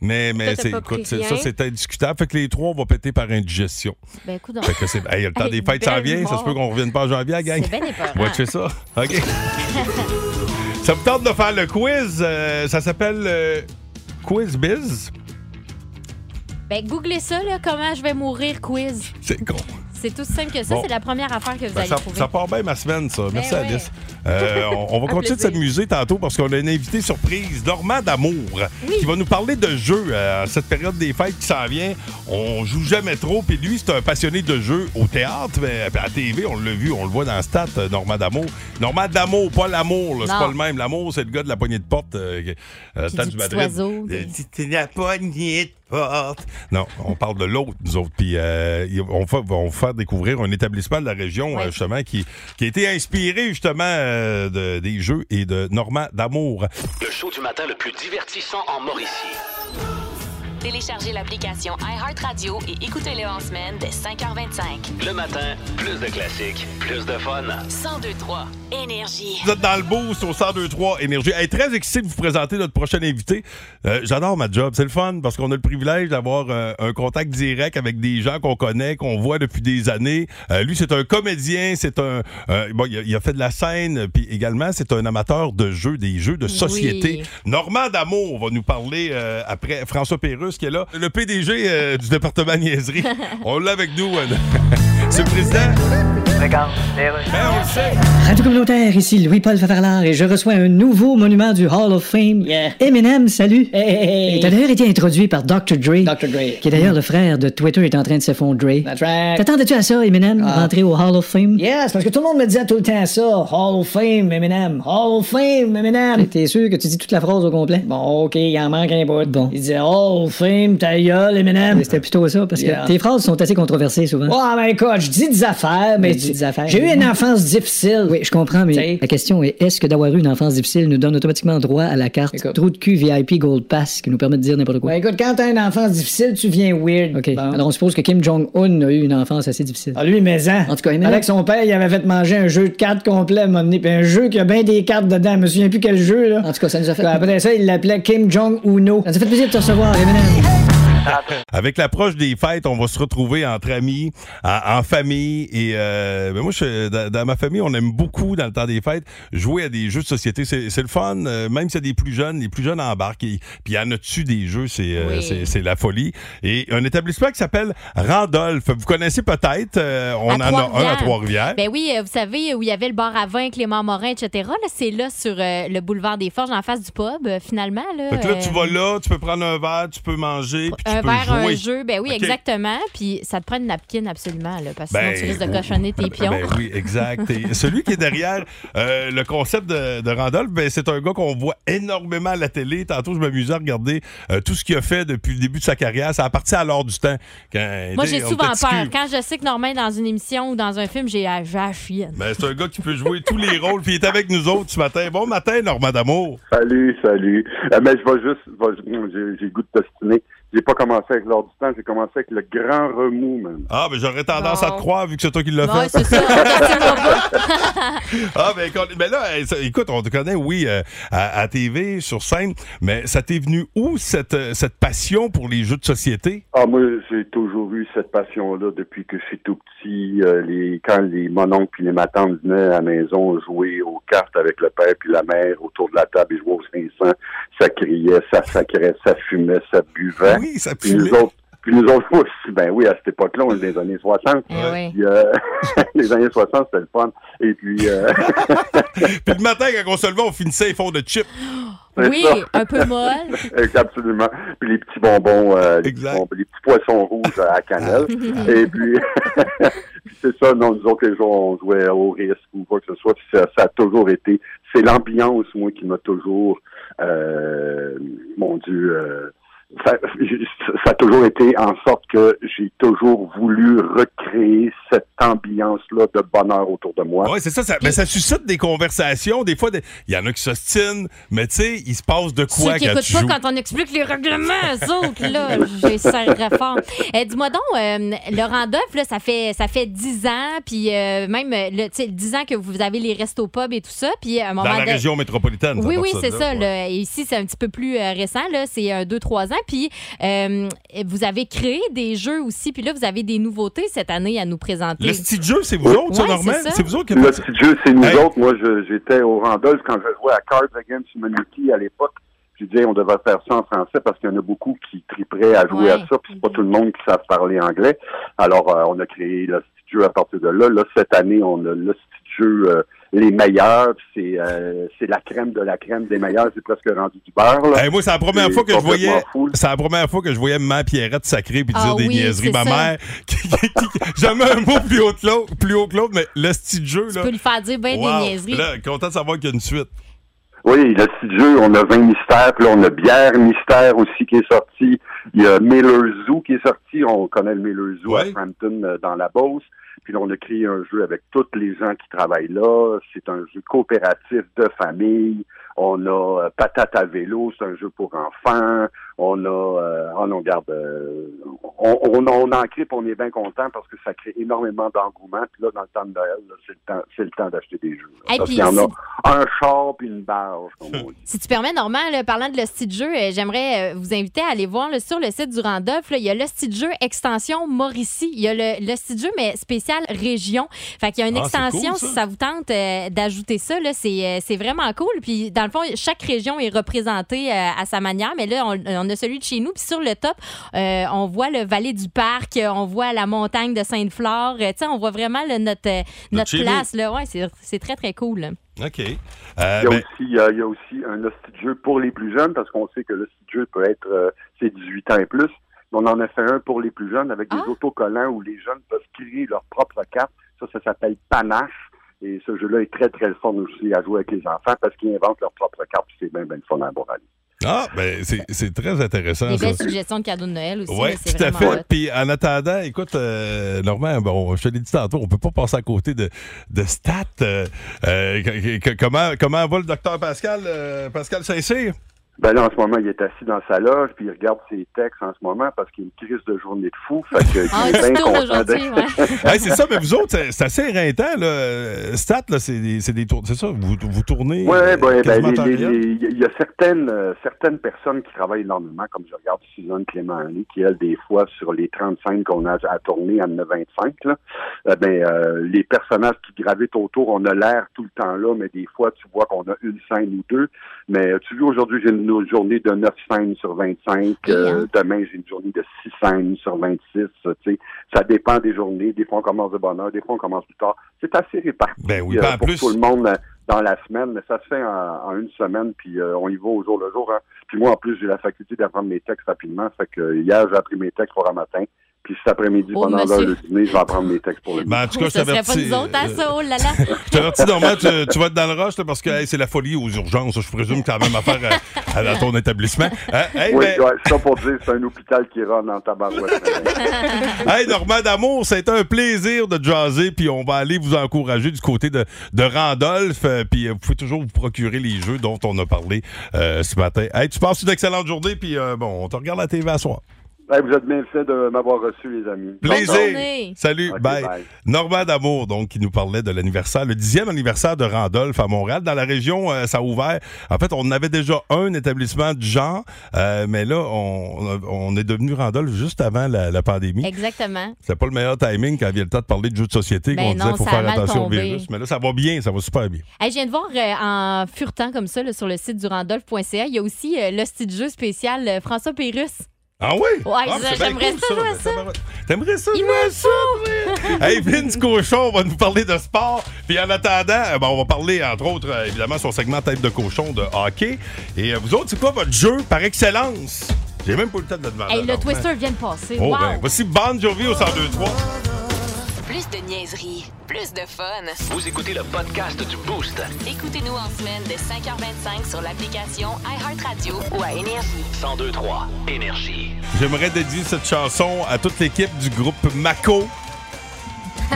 Mais, mais
t'as
c'est,
pas
écoute,
pris
c'est- ça,
rien.
c'est indiscutable. Fait que les trois, on va péter par indigestion.
Ben, coudonc.
Fait que c'est. Hey, le temps des fêtes s'en
belle
vient, ça se
mort.
peut qu'on revienne pas en janvier, la gang.
C'est bien épeurant.
Watchez ça. OK. ça me tente de faire le quiz. euh, ça s'appelle euh, Quiz Biz.
Ben, googlez ça, là, comment je vais mourir quiz.
C'est con.
C'est tout simple que ça.
Bon.
C'est la première affaire que vous
Ben,
allez
ça,
trouver. Ben
ça part bien ma semaine, ça. Merci,
ouais.
Alice. Euh, on, on va
Un
continuer de
plaisir.
s'amuser tantôt parce qu'on a une invitée surprise, Normand d'amour, qui va nous parler de jeux euh, en cette période des fêtes qui s'en vient. On joue jamais trop, puis lui, c'est un passionné de jeux au théâtre, mais, puis à la TV, on l'a vu, on le voit dans le stat, euh, Normand d'amour. Normand d'amour, pas l'amour, là, c'est
Non.
pas le même. L'amour, c'est le gars de la poignée de porte. euh, que- euh,
Puis
temps
du
du
petit
Madrid.
oiseau,
Euh,
des-
C'était la poignée de porte. Non, on parle de l'autre, nous autres. Puis euh, y- on va on va faire découvrir un établissement de la région,
Ouais.
euh, justement, qui, qui a été inspiré, justement, euh, de- des jeux et de Normand d'amour.
Le show du matin le plus divertissant en Mauricie.
Téléchargez l'application iHeartRadio et écoutez-le en semaine dès 5h25.
Le matin, plus de classiques, plus de fun.
1023 Énergie.
Vous êtes dans le boost au 1023 Énergie. Hey, très excité de vous présenter notre prochain invité. Euh, J'adore ma job. C'est le fun parce qu'on a le privilège d'avoir euh, un contact direct avec des gens qu'on connaît, qu'on voit depuis des années. Euh, lui, c'est un comédien, c'est un. euh, bon, il a, il a fait de la scène, puis également, c'est un amateur de jeux, des jeux de société. Normand Damour va nous parler euh, après François Pérus qui est là, le PDG euh, du département niaiserie. On l'a avec nous. euh, c'est le président. Ben, on le sait.
Radio Communautaire, ici Louis-Paul Favarlard et je reçois un nouveau monument du Hall of Fame. Eminem, salut. Et t'as d'ailleurs été introduit par Dr. Dre. Qui est d'ailleurs le frère de Twitter est en train de s'effondrer. T'attendais-tu à ça, Eminem, rentrer au Hall of Fame? Ah. Yes, parce que tout le monde me disait tout le temps ça. Hall of Fame, Eminem. Hall of Fame, Eminem. T'es sûr que tu dis toute la phrase au complet? Bon, OK, il en manque un bout. Bon. Il disait Hall of Fame, ta gueule, Eminem. C'était plutôt ça, parce que tes phrases sont assez controversées souvent. Ah, ben écoute, Ben, je dis des affaires, hein. mais tu- j'ai eu une enfance difficile. Oui, je comprends, mais la question est est-ce que d'avoir eu une enfance difficile nous donne automatiquement droit à la carte trou de cul VIP Gold Pass qui nous permet de dire n'importe quoi? Ben écoute, quand t'as une enfance difficile, tu viens weird. OK. Alors on suppose que Kim Jong-un a eu une enfance assez difficile. Ah, lui, mais en. En tout cas, Avec son père, il avait fait manger un jeu de cartes complet, à un moment donné, puis un jeu qui a bien des cartes dedans. Je me souviens plus quel jeu, là. En tout cas, ça nous a fait. Après ça, il l'appelait Kim Jong-uno. Ça nous a fait plaisir de te recevoir,
Avec l'approche des fêtes, on va se retrouver entre amis, en, en famille. Et euh, ben moi, je- dans, dans ma famille, on aime beaucoup, dans le temps des fêtes, jouer à des jeux de société. C'est c'est le fun, euh, même s'il y a des plus jeunes. Les plus jeunes embarquent. Et, puis, il y en a-tu des jeux, c'est euh,
Oui.
c'est- c'est la folie. Et un établissement qui s'appelle Randolph. Vous connaissez peut-être. euh, on
À
en a un à
Trois-Rivières.
Trois-Rivières.
Ben oui, euh, vous savez, où il y avait le bar à vin, Clément Morin, etc. Là, c'est là, sur euh, le boulevard des Forges, en face du pub, euh, finalement. Là,
Fait que là,
euh,
tu vas là, tu peux prendre un verre, tu peux manger, puis tu
un
peut
vers un
jouer.
jeu. Ben oui,
OK.
exactement. Puis ça te prend une napkin absolument, là, parce que sinon
Ben,
tu risques de cochonner tes pions.
Ben oui, exact. Et celui qui est derrière euh, le concept de, de Randolph, ben, c'est un gars qu'on voit énormément à la télé. Tantôt, je m'amusais à regarder euh, tout ce qu'il a fait depuis le début de sa carrière. Ça a parti à l'heure du temps. Quand,
Moi,
tu sais,
j'ai
Eh on
souvent
était
peur.
petits culs.
Quand je sais que Normand est dans une émission ou dans un film, j'ai la j'ai la chienne.
Ben, c'est un gars qui peut jouer tous les rôles. Puis il est avec nous autres ce matin. Bon matin, Normand D'Amour.
Salut, salut. Euh, mais je vais juste, vais- mm, j'ai- j'ai le goût de t'ostiner. J'ai pas commencé avec l'ordre du temps, j'ai commencé avec le grand remous, man.
Ah, ben j'aurais tendance à te
Non.
croire vu que c'est toi qui l'as
Ouais,
fait.
c'est ça.
Ah, ben, con- ben là, euh, ça- écoute, on te connaît, oui, euh, à, à TV, sur scène. Mais ça t'est venu où, cette, euh, cette passion pour les jeux de société?
Ah, moi, j'ai toujours eu cette passion-là depuis que je suis tout petit. Euh, les, quand les mononcles puis les matantes venaient à la maison jouer aux cartes avec le père puis la mère autour de la table et jouer aux 500, ça criait, ça sacrait, ça fumait, ça buvait.
Oui, ça
Puis nous
pue.
autres, puis nous autres aussi, ben oui, à cette époque-là, on est des années 60.
Eh oui.
Puis, euh, les années 60, c'était le fun. Et puis, euh,
Puis le matin, quand on se levait, on finissait les fonds de chips.
c'est
Oui,
ça.
un peu molle.
Euh, Absolument. Puis les petits bonbons, euh, les, petits
Exact.
bonbons- les petits poissons rouges à cannelle. Et puis, puis c'est ça, non, nous autres, les jours, on jouait au risque ou quoi que ce soit. Puis ça, ça a toujours été. C'est l'ambiance, moi, qui m'a toujours. euh, mon Dieu. euh, ça, ça a toujours été en sorte que j'ai toujours voulu recréer cette ambiance-là de bonheur autour de moi.
Oui, c'est ça. ça, ben, ça suscite des conversations. Des fois, des- il y en a qui s'ostinent, mais tu sais, il se passe de
Ceux
quoi
qui
quand
n'écoutent
tu
pas
joues.
quand on explique les règlements, eux autres, là, j'ai serré fort. Eh, Dis-moi donc, euh, Laurent Duff, là, ça fait, ça fait 10 ans, puis euh, même euh, le, tu sais, 10 ans que vous avez les restos pub et tout ça, puis euh, à un moment
Dans la
donné-
région métropolitaine.
Oui,
part
oui,
de
c'est
là,
ça.
ouais.
là. Et ici, c'est un petit peu plus euh, récent. là. C'est 2-3 ans. Puis, euh, vous avez créé des jeux aussi. Puis là, vous avez des nouveautés cette année à nous présenter.
Le style de jeu, c'est vous autres, ça,
Ouais,
Normand?
c'est ça.
C'est vous autres qui
Le petit jeu, c'est nous
Hey.
autres. Moi, je- j'étais au Randolph quand je jouais à Cards Against Humanity à l'époque. Je disais, on devrait faire ça en français parce qu'il y en a beaucoup qui triperaient à jouer
Ouais. Mm-hmm.
à ça, puis c'est pas tout le monde qui savent parler anglais. Alors, euh, on a créé le petit jeu à partir de là. Là, cette année, on a le petit jeu euh, les meilleurs. C'est euh, c'est la crème de la crème des meilleurs. C'est presque rendu du beurre, là.
Hey, moi, c'est la première
C'est
fois que je
complètement
voyais.
fou.
C'est la première fois que je voyais ma Pierrette sacrée puis dire
Ah
des
oui,
niaiseries. Ma
c'est ça.
mère, qui- qui- qui- jamais un mot plus haut que l'autre, plus haut que l'autre, mais le style de jeu,
Tu
là.
peux lui faire dire bien
wow.
des niaiseries.
Là, content de savoir qu'il y a une suite.
Oui, le petit jeu, on a 20 mystères, puis là, on a Bière Mystère aussi qui est sorti. Il y a Miller Zoo qui est sorti. On connaît le Miller Zoo
Ouais.
à Frampton, euh, dans la Beauce. Puis là, on a créé un jeu avec tous les gens qui travaillent là. C'est un jeu coopératif de famille. On a euh, Patate à vélo, c'est un jeu pour enfants. On a... euh, oh non, garde... on, on, on en crée, puis on est bien content parce que ça crée énormément d'engouement. Puis là, dans le temps de Noël, là, c'est le temps, c'est le temps d'acheter des jeux. là.
Hey,
Parce
puis
qu'il y en
c'est-
a un char puis une barge, comme on dit.
Si tu permets, Normand, là, parlant de le style de jeu, euh, j'aimerais euh, vous inviter à aller voir là, sur le site du Randolph. là, il y a le style de jeu extension Mauricie. Il y a le, le style de jeu, mais spécial région. Fait qu'il y a une
Ah, c'est
extension,
cool, ça.
si ça vous tente euh, d'ajouter ça, là, c'est, euh, c'est vraiment cool. Puis, dans le fond, chaque région est représentée euh, à sa manière. Mais là, on, on a celui de chez nous. Puis, sur le top, euh, on voit le Vallée du Parc, euh, on voit la montagne de Sainte-Flore. Euh, tu sais, on voit vraiment là, notre, euh,
De
notre
chez nous.
place. Là. Ouais, c'est, c'est très, très cool.
OK. Euh,
Il y, a
ben,
aussi, euh, il y a aussi un hostie de jeu pour les plus jeunes, parce qu'on sait que le hostie de jeu peut être euh, c'est 18 ans et plus. Mais On en a fait un pour les plus jeunes avec des
Ah.
autocollants où les jeunes peuvent créer leur propre carte. Ça, ça s'appelle Panache. Et ce jeu-là est très, très le fun aussi à jouer avec les enfants parce qu'ils inventent leur propre carte. puis C'est bien, bien le fun à avoir.
ah, ben, c'est- c'est très intéressant,
Des
ça.
belles suggestions de cadeaux de Noël aussi.
Oui,
là, c'est
tout à
vraiment hot.
fait. Puis en attendant, écoute, euh, Normand, bon, je te l'ai dit tantôt, on peut pas passer à côté de, de stats. euh, euh, que- que- comment, comment va le docteur Pascal, euh, Pascal Saint-Cyr?
Ben là, en ce moment, il est assis dans sa loge, puis il regarde ses textes en ce moment parce qu'il y a une crise de journée de fou. Fait que,
Ah,
il est
tu
bien
tournes
content d'être
aujourd'hui, ouais.
Hey, c'est ça, mais vous autres, c'est- c'est assez éreintant, là. Euh, Stats, là, c'est des, c'est des tour- C'est ça, vous, vous tournez.
Oui,
euh,
ben,
quasiment en temps
les- les-
réel.
les- il y a certaines, euh, certaines personnes qui travaillent énormément, comme je regarde Suzanne clément Allais, qui, elle, des fois, sur les 35 qu'on a à tourner, à 925, là, eh ben, euh, les personnages qui gravitent autour, on a l'air tout le temps là, mais des fois, tu vois qu'on a une scène ou deux. Mais euh, tu vois, aujourd'hui, j'ai une autre journée de 9 scènes sur 25.
hein.
euh, demain, j'ai une journée de 6 scènes sur 26. euh, tu sais. ça dépend des journées. Des fois, on commence de bonne heure, des fois, on commence plus tard. C'est assez réparti
Ben oui,
euh,
ben, en
pour
plus-
tout le monde. euh, dans la semaine, mais ça se fait en, en une semaine, puis euh, on y va au jour le jour. hein. Puis moi, en plus, j'ai la faculté d'apprendre mes textes rapidement, fait que hier, j'ai appris mes textes pour un matin, puis cet après-midi,
Oh,
pendant l'heure
monsieur.
de dîner, je vais apprendre mes textes pour le
Ben, en tout cas,
Oh,
je
ça serait pas
t'avertis.
nous autres, hein,
euh,
ça, oh là là.
Je t'avertis, Normand, tu, euh, tu vas être dans le rush là, parce que hey, c'est la folie aux urgences. Je présume que tu as la même affaire à, à- à ton établissement. Hein? Hey,
Oui,
ben,
ouais, ça pour dire, c'est un hôpital qui run en tabarouette.
hey, Normand d'amour, ça a été un plaisir de jaser. Puis on va aller vous encourager du côté de, de Randolph. euh, Puis euh, vous pouvez toujours vous procurer les jeux dont on a parlé euh, ce matin. Hey, tu passes une excellente journée. Puis euh, bon, on te regarde à la TV à soir.
Hey, vous êtes bien fait de m'avoir reçu, les amis.
Plaisir.
journée.
Salut.
Ok,
bye.
bye.
Normand Damour, donc, qui nous parlait de l'anniversaire, le dixième anniversaire de Randolph à Montréal. Dans la région, euh, ça a ouvert. En fait, on avait déjà un établissement du genre, euh, mais là, on, on est devenu Randolph juste avant la, la pandémie.
Exactement.
C'est pas le meilleur timing quand vient le temps de parler de jeux de société,
Ben
qu'on disait
non,
faut
ça a
faire
mal
attention au
tombé.
virus. Mais là, ça va bien, ça va super bien.
Hey, je viens de voir euh, en furetant comme ça là, sur le site du randolph.ca, il y a aussi euh, le style jeu spécial euh, François Pérusse.
Ah oui?
Ouais,
Ah,
ça,
c'est bien
j'aimerais ça,
ben,
jouer à ça.
ben, ben, T'aimerais ça?
Il
jouer à
me
ça, toi? hey, Vince Cochon va nous parler de sport. Puis en attendant, euh, ben, on va parler, entre autres, euh, évidemment, sur le segment Tête de cochon de hockey. Et euh, vous autres, c'est quoi votre jeu par excellence? J'ai même pas eu le temps de le demander.
Hey,
à
le
Normand.
Twister vient de passer.
Oh,
wow.
ben, voici Bon Jovi au 102-3.
Plus de niaiserie, plus de fun.
Vous écoutez le podcast du Boost.
Écoutez-nous en semaine de 5h25 sur l'application iHeartRadio ou à Énergie.
102-3. Énergie.
J'aimerais dédier cette chanson à toute l'équipe du groupe Mako.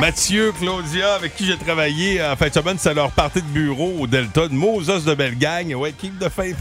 Mathieu, Claudia, avec qui j'ai travaillé en fin de semaine, c'est leur partie de bureau au Delta de Moses de Bellegagne. Ouais, keep de fête.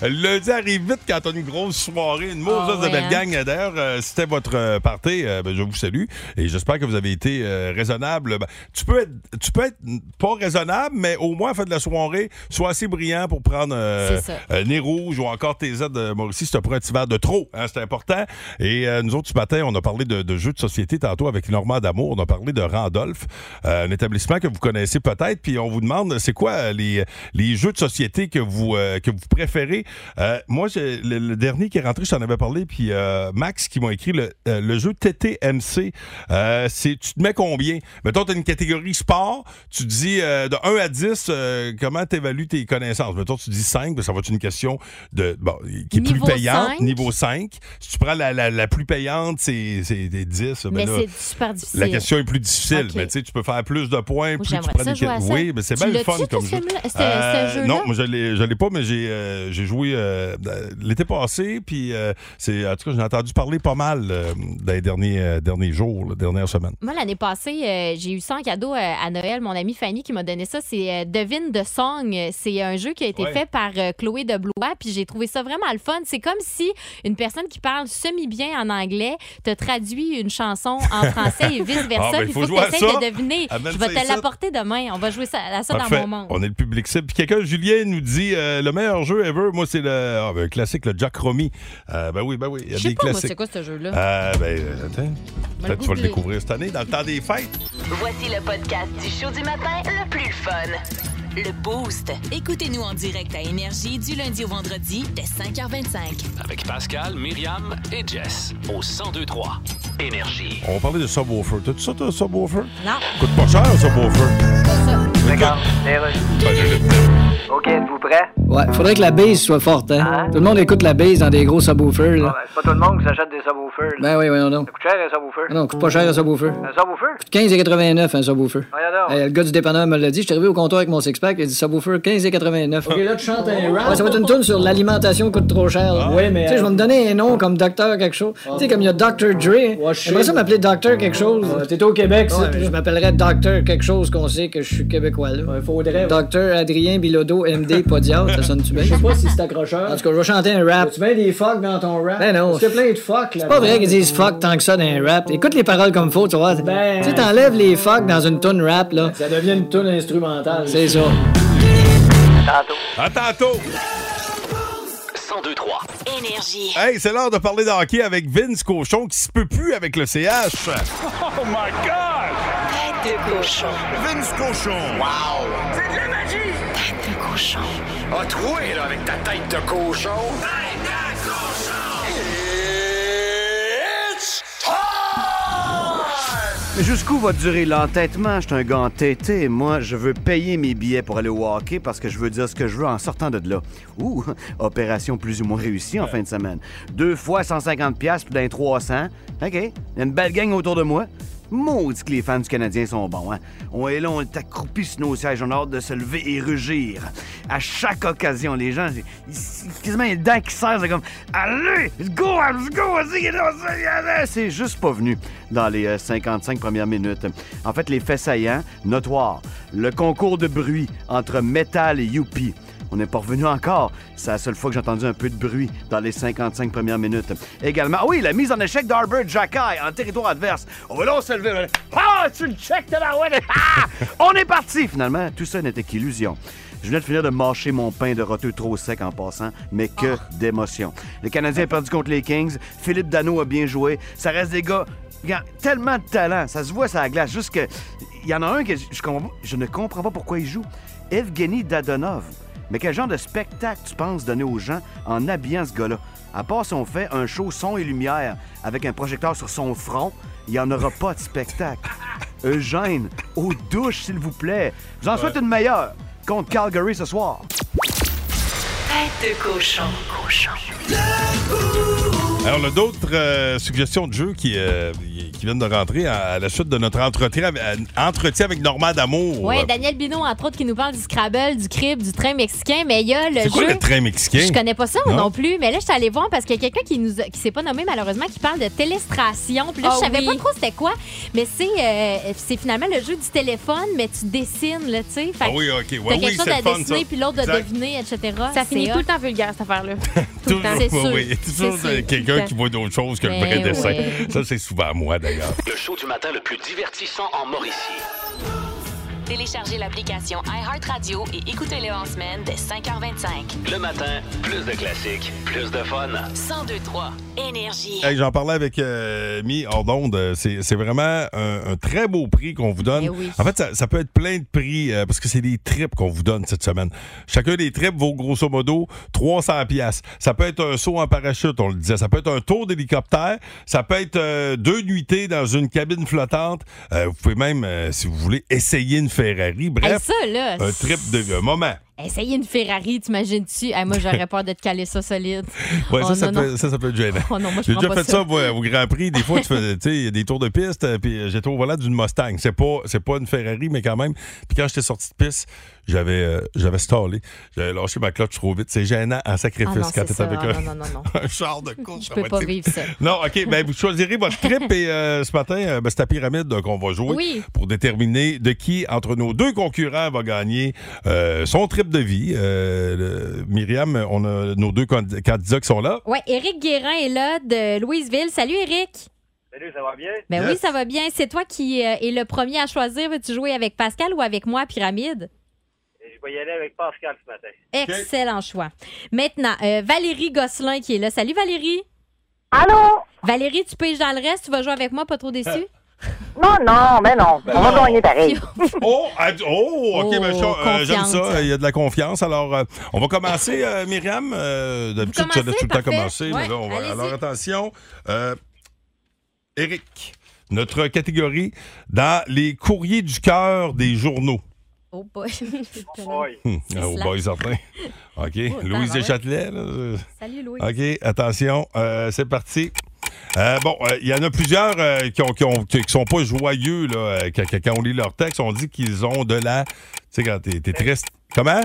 Lundi arrive vite quand t'as une grosse soirée. Une Moses
Ah ouais,
de Bellegagne. D'ailleurs, euh, si c'était votre euh, party, euh, ben, je vous salue et j'espère que vous avez été euh, raisonnable. Ben, tu peux être, tu peux être pas raisonnable, mais au moins, fin de la soirée, sois assez brillant pour prendre euh,
C'est ça.
euh, nez rouge ou encore tes aides de Mauricie, c'est un petit verre de trop. hein, c'est important. Et euh, nous autres, ce matin, on a parlé de, de jeux de société tantôt avec Normand D'Amour. On a parlé de Randolph, euh, un établissement que vous connaissez peut-être. Puis on vous demande, c'est quoi euh, les, les jeux de société que vous, euh, que vous préférez? Euh, moi, j'ai- le, le dernier qui est rentré, je t'en avais parlé. Puis euh, Max qui m'a écrit le, euh, le jeu TTMC. euh, c'est Tu te mets combien? Mettons, tu as une catégorie sport. Tu dis euh, de 1 à 10, euh, comment tu évalues tes connaissances? Mettons, tu dis 5, ben, ça va être une question de bon, qui est
Niveau
plus payante,
5.
niveau 5. Si tu prends la, la- la plus payante, c'est c'est des 10. ben
Mais
là,
c'est super difficile.
la question est plus difficile,
Ok.
mais tu sais, tu peux faire plus de points,
Moi,
plus tu
j'aimerais
prends
ça
des
jouer à ça.
Oui, mais c'est
Tu
bien le
l'as-tu,
fun
toi,
comme
ce
jeu.
film-là? Ce- ce
Euh,
jeu-là?
non, moi je l'ai, je l'ai pas, mais j'ai, euh, j'ai joué euh, euh, l'été passé, puis euh, c'est en tout cas j'ai entendu parler pas mal euh, dans les derniers euh, derniers jours, la dernière semaine.
Moi, l'année passée, euh, j'ai eu ça en cadeau euh, à Noël. Mon amie Fanny qui m'a donné ça, c'est euh, Devine de Song. C'est un jeu qui a été
Ouais.
fait par euh, Chloé de Blois, puis j'ai trouvé ça vraiment le fun. C'est comme si une personne qui parle semi-bien en anglais te traduit une chanson en français et
Ah,
vice-versa,
ben,
puis il
faut
faut,
jouer à
que tu
ça.
de deviner.
Amène
Je
ça
vais
ici.
te l'apporter demain. On va jouer ça, à ça
Parfait.
dans mon monde.
On est le public cible. Puis quelqu'un, Julien, nous dit euh, le meilleur jeu ever, moi c'est le ah, ben, classique, le Jack Romy. Euh, ben oui, ben oui, il y a
Je
des
sais pas, moi, c'est
classiques.
quoi ce jeu-là?
Ah, ben euh, attends, peut-être tu
le
vas le
googler.
découvrir cette année, dans le temps des fêtes.
Voici le podcast du show du matin le plus fun. Le Boost. Écoutez-nous en direct à Énergie du lundi au vendredi dès 5h25.
Avec Pascal, Myriam et Jess. Au 102-3. Énergie.
On va parler de subwoofer. T'as-tu ça, toi, subwoofer?
Non.
Coûte pas cher, un subwoofer.
D'accord. OK, êtes-vous prêts?
Ouais, faudrait que la base soit forte, hein. Tout le monde écoute la base dans des gros subwoofers,
Bon,
là.
ben, c'est pas tout le monde qui s'achète des subwoofers. là.
Ben oui, voyons donc.
Ça coûte cher, un subwoofer.
Ah Non, coûte pas cher un subwoofer.
Un Ah, subwoofer?
15,89 un subwoofer.
Voyons donc.
Hey, le gars du dépanneur me l'a dit, je suis arrivé au comptoir avec mon six-pack, il dit subwoofer 15,89. Ok, là tu chantes un rap. Ouais, ça va être une tune sur l'alimentation coûte trop cher. Ouais, mais. Tu sais, je vais me donner un nom comme docteur quelque chose. Tu sais, comme il y a Dr. Dre. Ouais, J'aimerais ça m'appeler docteur quelque chose. T'es au Québec, ça. je m'appellerais docteur quelque chose qu'on sait que je suis québécois là. faudrait. Docteur Adrien Bilodeau, MD, Podiatre, ça sonne-tu bien? Je sais pas si c'est accrocheur. En tout cas, je vais chanter un rap. Tu mets des fuck dans ton rap. Ben non. C'est plein de fuck là. C'est pas vrai qu'ils disent fuck tant que ça dans un rap. Écoute les paroles comme faut, tu vois. Tu sais, t'enlèves les fuck dans une tune rap là. Ben. Ça devient une tune instrumentale. C'est ça.
Tantôt.
À tantôt!
102-3.
Énergie.
Hey, c'est l'heure de parler de hockey avec Vince Cochon qui se peut plus avec le CH.
Tête de cochon.
Vince Cochon!
Tête de cochon.
Ah, troué, là, avec ta tête de cochon. Tête de cochon! It's time!
Mais jusqu'où va durer l'entêtement? Je suis un gars entêté. Moi, je veux payer mes billets pour aller au hockey parce que je veux dire ce que je veux en sortant de là. Ouh, opération plus ou moins réussie en fin de semaine. Deux fois 150 pièces plus d'un 300. OK, il y a une belle gang autour de moi. Maudit que les fans du Canadien sont bons, hein? On est là, on est accroupis sur nos sièges, on a hâte de se lever et rugir. À chaque occasion, les gens, ils- quasiment les dents qui serrent, c'est comme « Allez, go, let's go, vas-y, vas-y, allez! » C'est juste pas venu dans les euh, 55 premières minutes. En fait, les faits saillants, notoires. Le concours de bruit entre Metal et Youpi. On n'est pas revenu encore. C'est la seule fois que j'ai entendu un peu de bruit dans les 55 premières minutes. Également, ah oui, la mise en échec d'Arbert Jackay en territoire adverse. On va là, on se lever. là. Ah, tu le check de la ouais. Ah! On est parti. Finalement, tout ça n'était qu'illusion. Je venais de finir de mâcher mon pain de roteux trop sec en passant, mais que d'émotion. Le Canadien a perdu contre les Kings. Philippe Dano a bien joué. Ça reste des gars Regarde, tellement de talent, ça se voit sur la glace. Juste que, il y en a un que je, je comprends- je ne comprends pas pourquoi il joue. Evgeny Dadonov. Mais quel genre de spectacle tu penses donner aux gens en habillant ce gars-là? À part si on fait un show son et lumière avec un projecteur sur son front, il n'y en aura pas de spectacle. Eugène, aux douches, s'il vous plaît. J'en
Ouais.
souhaite une meilleure contre Calgary ce soir.
Tête de cochon.
Alors, on a d'autres euh, suggestions de jeux qui, euh, qui viennent de rentrer à, à la suite de notre entretien, avec- à- entretien avec Normand D'Amour.
Oui, Daniel Bino, entre autres, qui nous parle du Scrabble, du crib, du train mexicain, mais il y a le
C'est
jeu.
quoi le train mexicain?
Je connais pas ça non,
Non.
plus, mais là, je suis allée voir parce qu'il y a quelqu'un qui nous a- qui s'est pas nommé malheureusement qui parle de télestration. Puis là,
Ah
je savais
oui.
pas trop c'était quoi, mais c'est euh, c'est finalement le jeu du téléphone, mais tu dessines, là, tu sais. Fait
Ah
que
oui, OK. Ouais,
T'as
oui,
quelque chose
c'est
à
le fun,
dessiner,
ça.
puis l'autre de
Exact.
deviner, etc.
Ça finit tout le temps
vulgaire, cette affaire-là.
Tout le temps.
C'est
Oui,
sûr.
oui. Il y a toujours
C'est
euh,
sûr.
quelqu'un qui voit d'autres choses que le
Ben
vrai dessin.
oui.
Ça, c'est souvent moi, d'ailleurs.
Le show du matin le plus divertissant en Mauricie.
Téléchargez l'application iHeartRadio et écoutez-le en semaine dès 5h25.
Le matin, plus de classiques, plus de fun.
1023 Énergie.
Hey, J'en parlais avec euh, Mi hors d'onde. Euh, C'est c'est vraiment un, un très beau prix qu'on vous donne.
Eh oui.
En fait, ça, ça peut être plein de prix euh, parce que c'est des trips qu'on vous donne cette semaine. Chacun des trips vaut grosso modo 300 pièces. Ça peut être un saut en parachute, on le disait. Ça peut être un tour d'hélicoptère. Ça peut être euh, deux nuitées dans une cabine flottante. Euh, vous pouvez même, euh, si vous voulez, essayer une Ferrari.
Hey,
Bref,
ça, là,
un trip de un moment.
Essayer une Ferrari, t'imagines-tu? Hey, moi, j'aurais peur d'être calé ça solide.
Ouais,
Oh,
ça, ça,
non,
peut,
non.
ça, ça peut être gênant.
Oh non, moi, je
J'ai
prends
déjà
pas
fait ça,
ça.
moi, au Grand Prix. Des fois, tu fais tu sais, il y a des tours de piste, euh, puis euh, j'étais au volant d'une Mustang. C'est pas, c'est pas une Ferrari, mais quand même. Puis quand j'étais sorti de piste, j'avais, euh, j'avais stallé. J'avais lâché ma cloche trop vite. C'est gênant en sacrifice
Ah non,
quand
c'est
t'es
ça.
avec
Ah
un.
non, non, non, non.
un char de course.
Je peux
ouais,
pas
c'est-
vivre ça.
Non, OK. Ben, vous choisirez votre trip et euh, ce matin, euh, ben, c'est la pyramide euh, qu'on va jouer
Oui.
pour déterminer de qui, entre nos deux concurrents, va gagner euh, son trip de vie. Euh, le- Myriam, on a nos deux candid- candidats qui sont là.
Ouais, Éric Guérin est là de Louisville. Salut, Éric.
Salut, ça va bien?
Ben oui, ça va bien. C'est toi qui euh, es le premier à choisir. Veux-tu jouer avec Pascal ou avec moi à Pyramide?
Je vais y aller avec Pascal ce matin.
Excellent choix. Maintenant, euh, Valérie Gosselin qui est là. Salut, Valérie. Allô? Valérie, tu piges dans le reste. Tu vas jouer avec moi, pas trop déçu?
Non, non, mais non.
Ben
on va
non.
gagner pareil.
Oh, ah, oh, OK,
Oh,
ben, je- euh, j'aime
confiante.
ça. Il y a de la confiance. Alors, euh, on va commencer, euh, Myriam. Euh, D'habitude, je te laisse
commencez,
tout le temps
parfait.
commencer. mais
Ouais,
là, on va-
allez-y.
Alors, attention. Euh, Eric, notre catégorie dans les courriers du cœur des journaux.
Oh boy.
Hum,
C'est
oh,
cela.
boy, certain. OK.
Oh,
Louise
tabarouette.
Deschâtelet. là, euh,
Salut, Louise.
OK, attention. euh, c'est parti. Euh, bon, euh, il y en a plusieurs euh, qui, ont, qui, ont- qui- qui sont pas joyeux là, euh, quand, quand- quand on lit leur texte. On dit qu'ils ont de la. Tu sais, quand t'es t'es triste. Comment?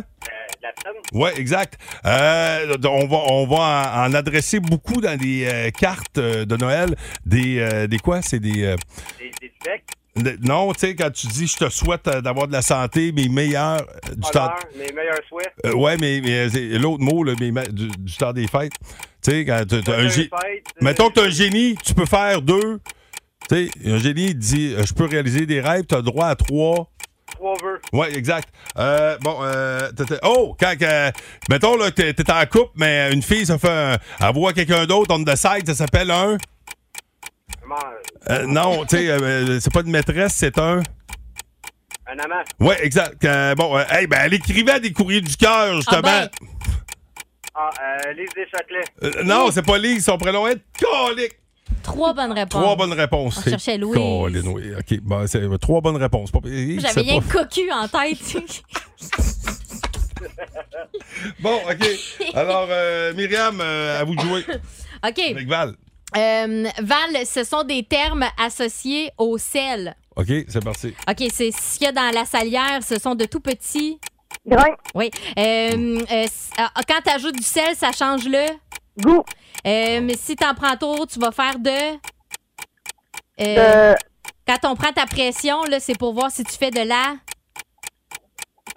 Oui, exact. Euh, on va, on va en, en adresser beaucoup dans des euh, cartes euh, de Noël. Des, euh, des quoi? C'est des. euh,
Des, des specs,
de- non, tu sais, quand tu dis je te souhaite euh, d'avoir de la santé, mes meilleurs. euh, du temps-
honneur, mes meilleurs souhaits.
euh, ouais, mais, mais, euh, c'est- l'autre mot, là, mais, mais, du, du temps des fêtes. Tu sais, quand t'as- t'as un
Bonnes
gé-
fêtes, euh,
Mettons que t'as un génie, tu peux faire deux. Tu sais, un génie dit euh, je peux réaliser des rêves, t'as droit à trois.
Trois vœux.
Ouais, exact. Euh, bon, euh, t'étais- oh, quand que- mettons là, t'es, t'es en couple, mais une fille, ça fait un, elle voit quelqu'un d'autre, on the side, ça s'appelle un. Euh, non, tu sais, euh, c'est pas une maîtresse, c'est un.
Un amant.
Ouais, exact. Euh, bon, euh, hey, ben, elle écrivait des courriers du cœur,
Ah,
justement.
ben,
ben.
Ah, euh, Lise Deschâtelet.
Euh, non, c'est pas Lise, son prénom est Colique.
Trois bonnes réponses.
Trois bonnes réponses.
On cherchait Louis.
Colin, oui. OK, bon, c'est euh, trois bonnes réponses. Pas- eh,
J'avais
c'est
rien
pas-
que cocu en tête.
Bon, OK. Alors, euh, Myriam, euh, à vous de jouer.
OK.
Avec Val.
Euh, Val, ce sont des termes associés au sel.
OK, c'est parti.
OK, c'est ce qu'il y a dans la salière, ce sont de tout petits. Grains. Oui. Euh, euh, s- ah, quand tu ajoutes du sel, ça change le goût. mais si tu en prends trop, tu vas faire de. Euh, Quand on prend ta pression, là, c'est pour voir si tu fais de la.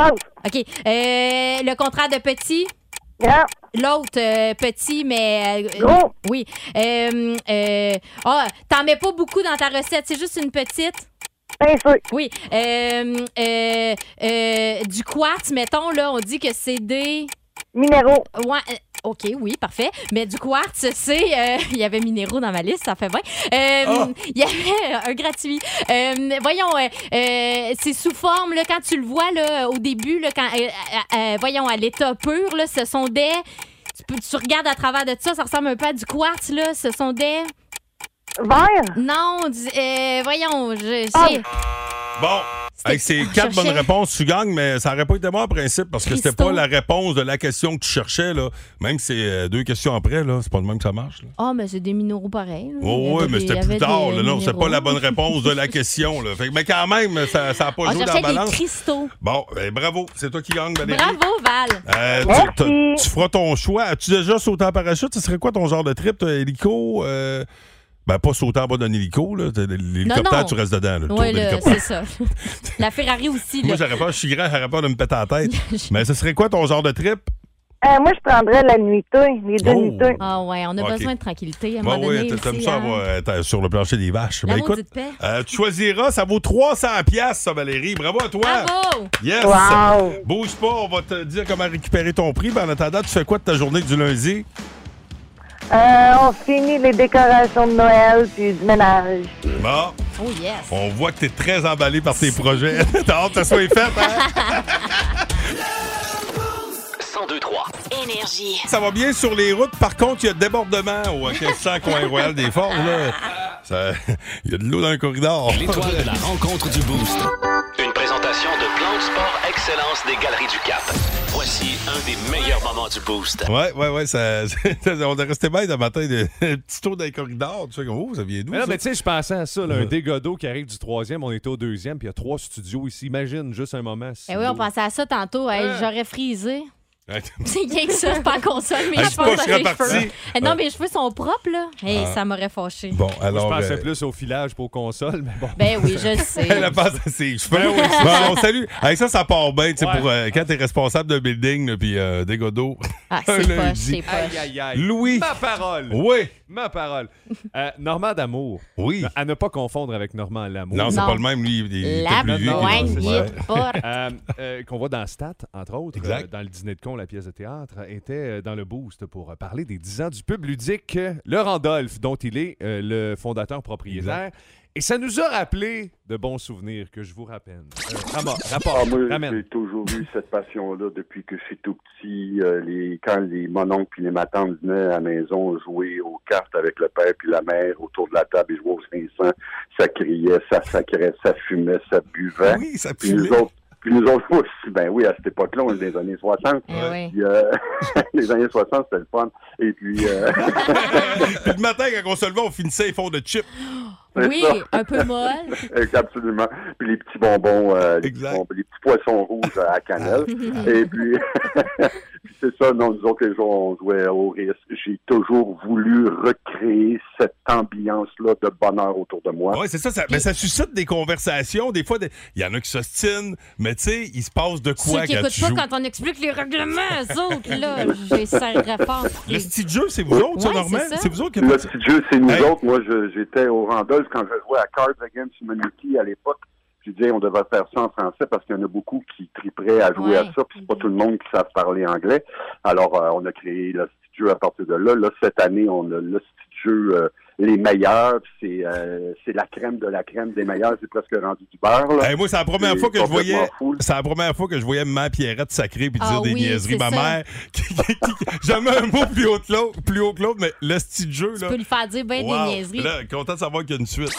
OK. Euh, le contrat de petit. L'autre, euh, petit, mais. euh,
Gros.
Oui. Euh, euh, ah, t'en mets pas beaucoup dans ta recette, c'est juste une petite. Oui. Euh, euh, euh, du quartz, mettons, là, on dit que c'est des. Minéraux. Ouais. euh, OK, oui, parfait. Mais du quartz, c'est. euh, il y avait minéraux dans ma liste, ça fait 20. Euh,
Ah!
Il y avait un gratuit. Euh, voyons, euh, euh, c'est sous forme, là, quand tu le vois là, au début, là, quand, euh, euh, euh, voyons, à l'état pur, là, ce sont des. Tu, peux- tu regardes à travers de ça, ça ressemble un peu à du quartz, là. Ce sont des. Verts? Ah! Non, du- euh, voyons, je. c'est-
Bon. Hey, c'est
on
quatre
cherchait.
bonnes réponses, tu gagnes, mais ça n'aurait pas été moi en principe parce que c'était
Christo.
pas la réponse de la question que tu cherchais. Là. Même si c'est euh, deux questions après, là, c'est pas le même que ça marche. là.
Ah, mais c'est des minéraux pareils. là. Hmm, Il y
Oh, oui,
avait
mais
des-
c'était
il y
plus
avait
tard.
des
Là, non, c'est pas
minéraux.
la bonne réponse de la question. Là. Fait que- mais quand même, ça n'a pas
On
joué dans la
cherchait
balance.
Ah, des cristaux.
Bon, ben, bravo, c'est toi qui gagne, Valérie.
Bravo, Val.
Euh,
Merci.
tu, t'as- tu feras ton choix. As-tu déjà sauté en parachute? Ce serait quoi ton genre de trip? T'as hélico? euh, ben, pas sauter en bas d'un hélico. là. T'as
Non,
L'hélicoptère,
non.
tu restes dedans. là, le tour
Ouais, là,
d'hélicoptère.
c'est ça. la Ferrari aussi.
Moi,
là.
j'aurais peur, je suis grand, j'aurais peur de me péter la tête. Mais ce serait quoi ton genre de trip?
Euh, moi, je prendrais la nuitée, les deux
Oh.
nuitées.
Ah ouais, on a
Ok.
besoin de tranquillité à un
Bah
moment
oui,
donné.
t'aimes
aussi,
ça,
hein.
moi, être sur le plancher des vaches.
La
Ben,
maudite
écoute,
paix.
euh, tu choisiras, ça vaut 300 piastres, ça, Valérie. Bravo à toi.
Bravo!
Yes!
Wow.
Bouge pas, on va te dire comment récupérer ton prix. Ben, en attendant, tu fais quoi de ta journée du lundi?
Euh, on finit les décorations de Noël puis du ménage.
Bon,
Oh yes!
on voit que t'es très emballé par tes projets. T'as hâte que ça soit fait, hein?
1023.
Énergie.
Ça va bien sur les routes. Par contre, il y a débordement au 1500 Coin Royal des Forges. là. Ça- Il y a de l'eau dans le corridor.
L'étoile de la rencontre du Boost.
Une présentation de Plan de Sport Excellence des Galeries du Cap. Voici un des meilleurs moments du Boost.
Ouais, ouais, ouais, ça, on est resté bête le matin, de, un petit tour dans les corridors, tu sais, comme, oh, ça vient d'où?
Mais non,
ça?
mais tu sais, je pensais à ça, là, un
Ouais.
dégât d'eau qui arrive du troisième, on est au deuxième, puis il y a trois studios ici. Imagine juste un moment. si
Eh oui, on pensait à ça tantôt. Hey,
Ah.
J'aurais frisé.
Ouais.
C'est rien que ça, je suis pas en console, mes
Ah, je suis
cheveux.
pas- je
mes
serais parti.
cheveux. Eh non,
Ouais.
mes cheveux sont propres, là. Hey,
Ah.
Ça m'aurait fâché.
Ah. Bon,
Moi,
alors,
je pensais
euh,
plus au filage pour consoles, mais bon. Ben
Ben oui, je le sais.
Elle a pensé à ses cheveux.
oui, c'est
Bon,
ça.
on salue. Hey, ça, ça part bien, tu sais,
Ouais.
pour euh, quand t'es responsable d'un building, là, puis euh, des godots.
Ah,
Un
c'est poche,
lundi.
c'est poche.
Aïe, aïe, aïe.
Louis.
Ma parole.
Oui.
Ma parole. Euh, Normand d'amour. Euh,
Oui.
À ne pas confondre avec Normand l'amour.
Non, c'est pas Non. le même, lui, il- il était La plus vieux qu'il
Non,
était.
non,
poignée
c'est
de
pas vrai.
porte.
Euh, euh, Qu'on voit dans Stat, entre autres,
Exact.
euh, dans le dîner de con, la pièce de théâtre, euh, était euh, dans le boost pour euh, parler des 10 ans du pub ludique, euh, le Randolph, dont il est euh, le fondateur propriétaire. Et ça nous a rappelé de bons souvenirs que je vous rappelle. Euh, Rama- rapport,
Ah, moi,
ramène.
j'ai toujours eu cette passion-là depuis que je suis tout petit. Euh, les, quand les mononcles et les matantes venaient à la maison jouer aux cartes avec le père puis la mère autour de la table et jouer aux 500, ça criait, ça sacrait, ça fumait, ça buvait.
Oui, ça
puis nous
fumait.
autres, puis nous autres aussi, ben oui, à cette époque-là, on est des années 60.
oui.
Puis, euh, les années 60, c'était le fun. Et puis... euh,
Puis le matin, quand on se levait, on finissait les fonds de chips.
C'est
Oui,
ça.
un peu molle.
Absolument. Puis les petits bonbons, euh, les, petits bonbons- les petits poissons rouges à cannelle. Et puis, puis c'est ça, non, nous autres, les jours, on jouait au risque. J'ai toujours voulu recréer cette ambiance-là de bonheur autour de moi.
Oui, c'est ça. ça mais ça suscite des conversations. Des fois, des- il y en a qui s'ostinent, mais tu sais, il se passe de
Ceux
quoi
qui
quand
écoutent
tu
pas
joues.
quand on explique les règlements, eux autres, là, j'ai serré fort.
Le petit jeu, c'est vous autres, ça,
Ouais,
Normand?
c'est ça.
C'est vous autres qui
Le petit jeu, c'est nous autres. Moi, je- j'étais au Randolph quand je jouais à Cards Against Humanity à l'époque. Je disais, on devrait faire ça en français parce qu'il y en a beaucoup qui triperaient à jouer à ça, puis
Mhm.
c'est pas tout le monde qui savent parler anglais. Alors, euh, on a créé le petit jeu à partir de là. Là, cette année, on a le petit jeu euh, les meilleurs. C'est euh, c'est la crème de la crème des meilleurs. C'est presque rendu du beurre. là.
Eh, moi, c'est la première
C'est
fois que je voyais.
complètement fou.
C'est la première fois que je voyais ma Pierrette sacrée puis dire
Ah
des
oui,
niaiseries.
c'est
Ma
ça.
mère, qui- qui- qui- jamais un mot plus haut que l'autre, plus haut que l'autre, mais le style jeu là.
Tu peux lui faire dire ben
Wow.
des niaiseries.
Là, content de savoir qu'il y a une suite.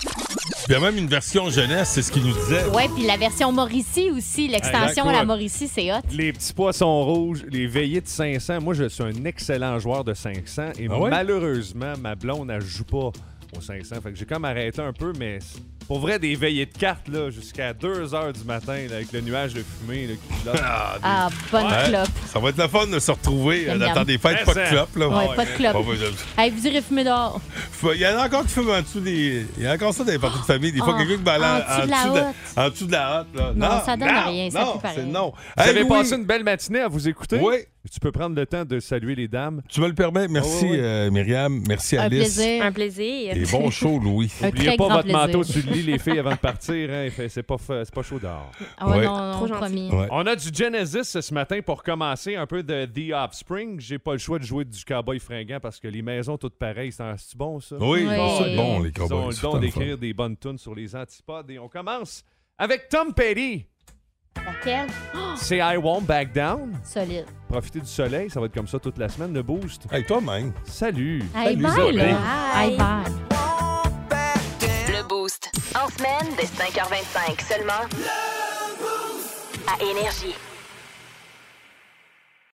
Puis Il y a même une version jeunesse, c'est ce qu'il nous disait.
Ouais, puis la version Mauricie aussi, l'extension
Exact,
à la
ouais.
Mauricie, c'est hot.
Les petits poissons rouges, les veillées de 500. Moi, je suis un excellent joueur de 500 et
Ah ouais?
malheureusement, ma blonde, elle joue pas aux 500. Fait que j'ai comme arrêté un peu, mais c'est- pour vrai, des veillées de cartes là, jusqu'à 2 h du matin là, avec le nuage de fumée là, qui flotte.
Ah, bonne
Ouais.
clope.
Ça va être le fun de se retrouver euh,
Miam,
dans le temps
miam.
des fêtes, pas de
Yes,
clope. Là.
Ouais, pas de clope.
Bon, ben, je-
Hey, vous irez fumer dehors.
Faut- Il y en a encore qui fument en dessous des. Il y a encore ça dans les parties de famille. Des fois,
Ah,
quelqu'un qui va aller
en dessous de la hotte.
en dessous de la hotte. Là.
Non, ça donne rien, ça
non,
pue pareil.
c'est Non.
Vous
Hey,
avez
Louis,
passé une belle matinée à vous écouter.
Oui.
Tu peux prendre le temps de saluer les dames. Ah
Tu me le permets. Merci, euh, Myriam. Merci,
Un
Alice.
plaisir.
Un plaisir.
Et bon show, Louis.
Un
N'oubliez
très
pas
grand
votre
plaisir.
manteau sur le lit, les filles, avant de partir. hein. Il fait- C'est pas, fa- c'est pas chaud dehors.
Ah ouais, non, non, promis.
Ouais.
On a du Genesis ce matin pour commencer un peu de The Offspring. J'ai pas le choix de jouer du cowboy fringant parce que les maisons toutes pareilles, c'est un- c'est bon ça.
Oui,
Ah,
c'est
oui.
bon, les
Ils ont
cowboys,
le
c'est
don
tout le
d'écrire des bonnes tunes sur les antipodes et on commence avec Tom Petty.
Laquelle? Oh,
C'est I Won't Back Down.
solide.
Profitez du soleil, ça va être comme ça toute la semaine, le boost.
Hey, toi-même.
Salut.
Hey,
Salut,
bye,
Zoé.
là. Hey, bye.
Le Boost. En semaine, dès 5h25 seulement. À Énergie.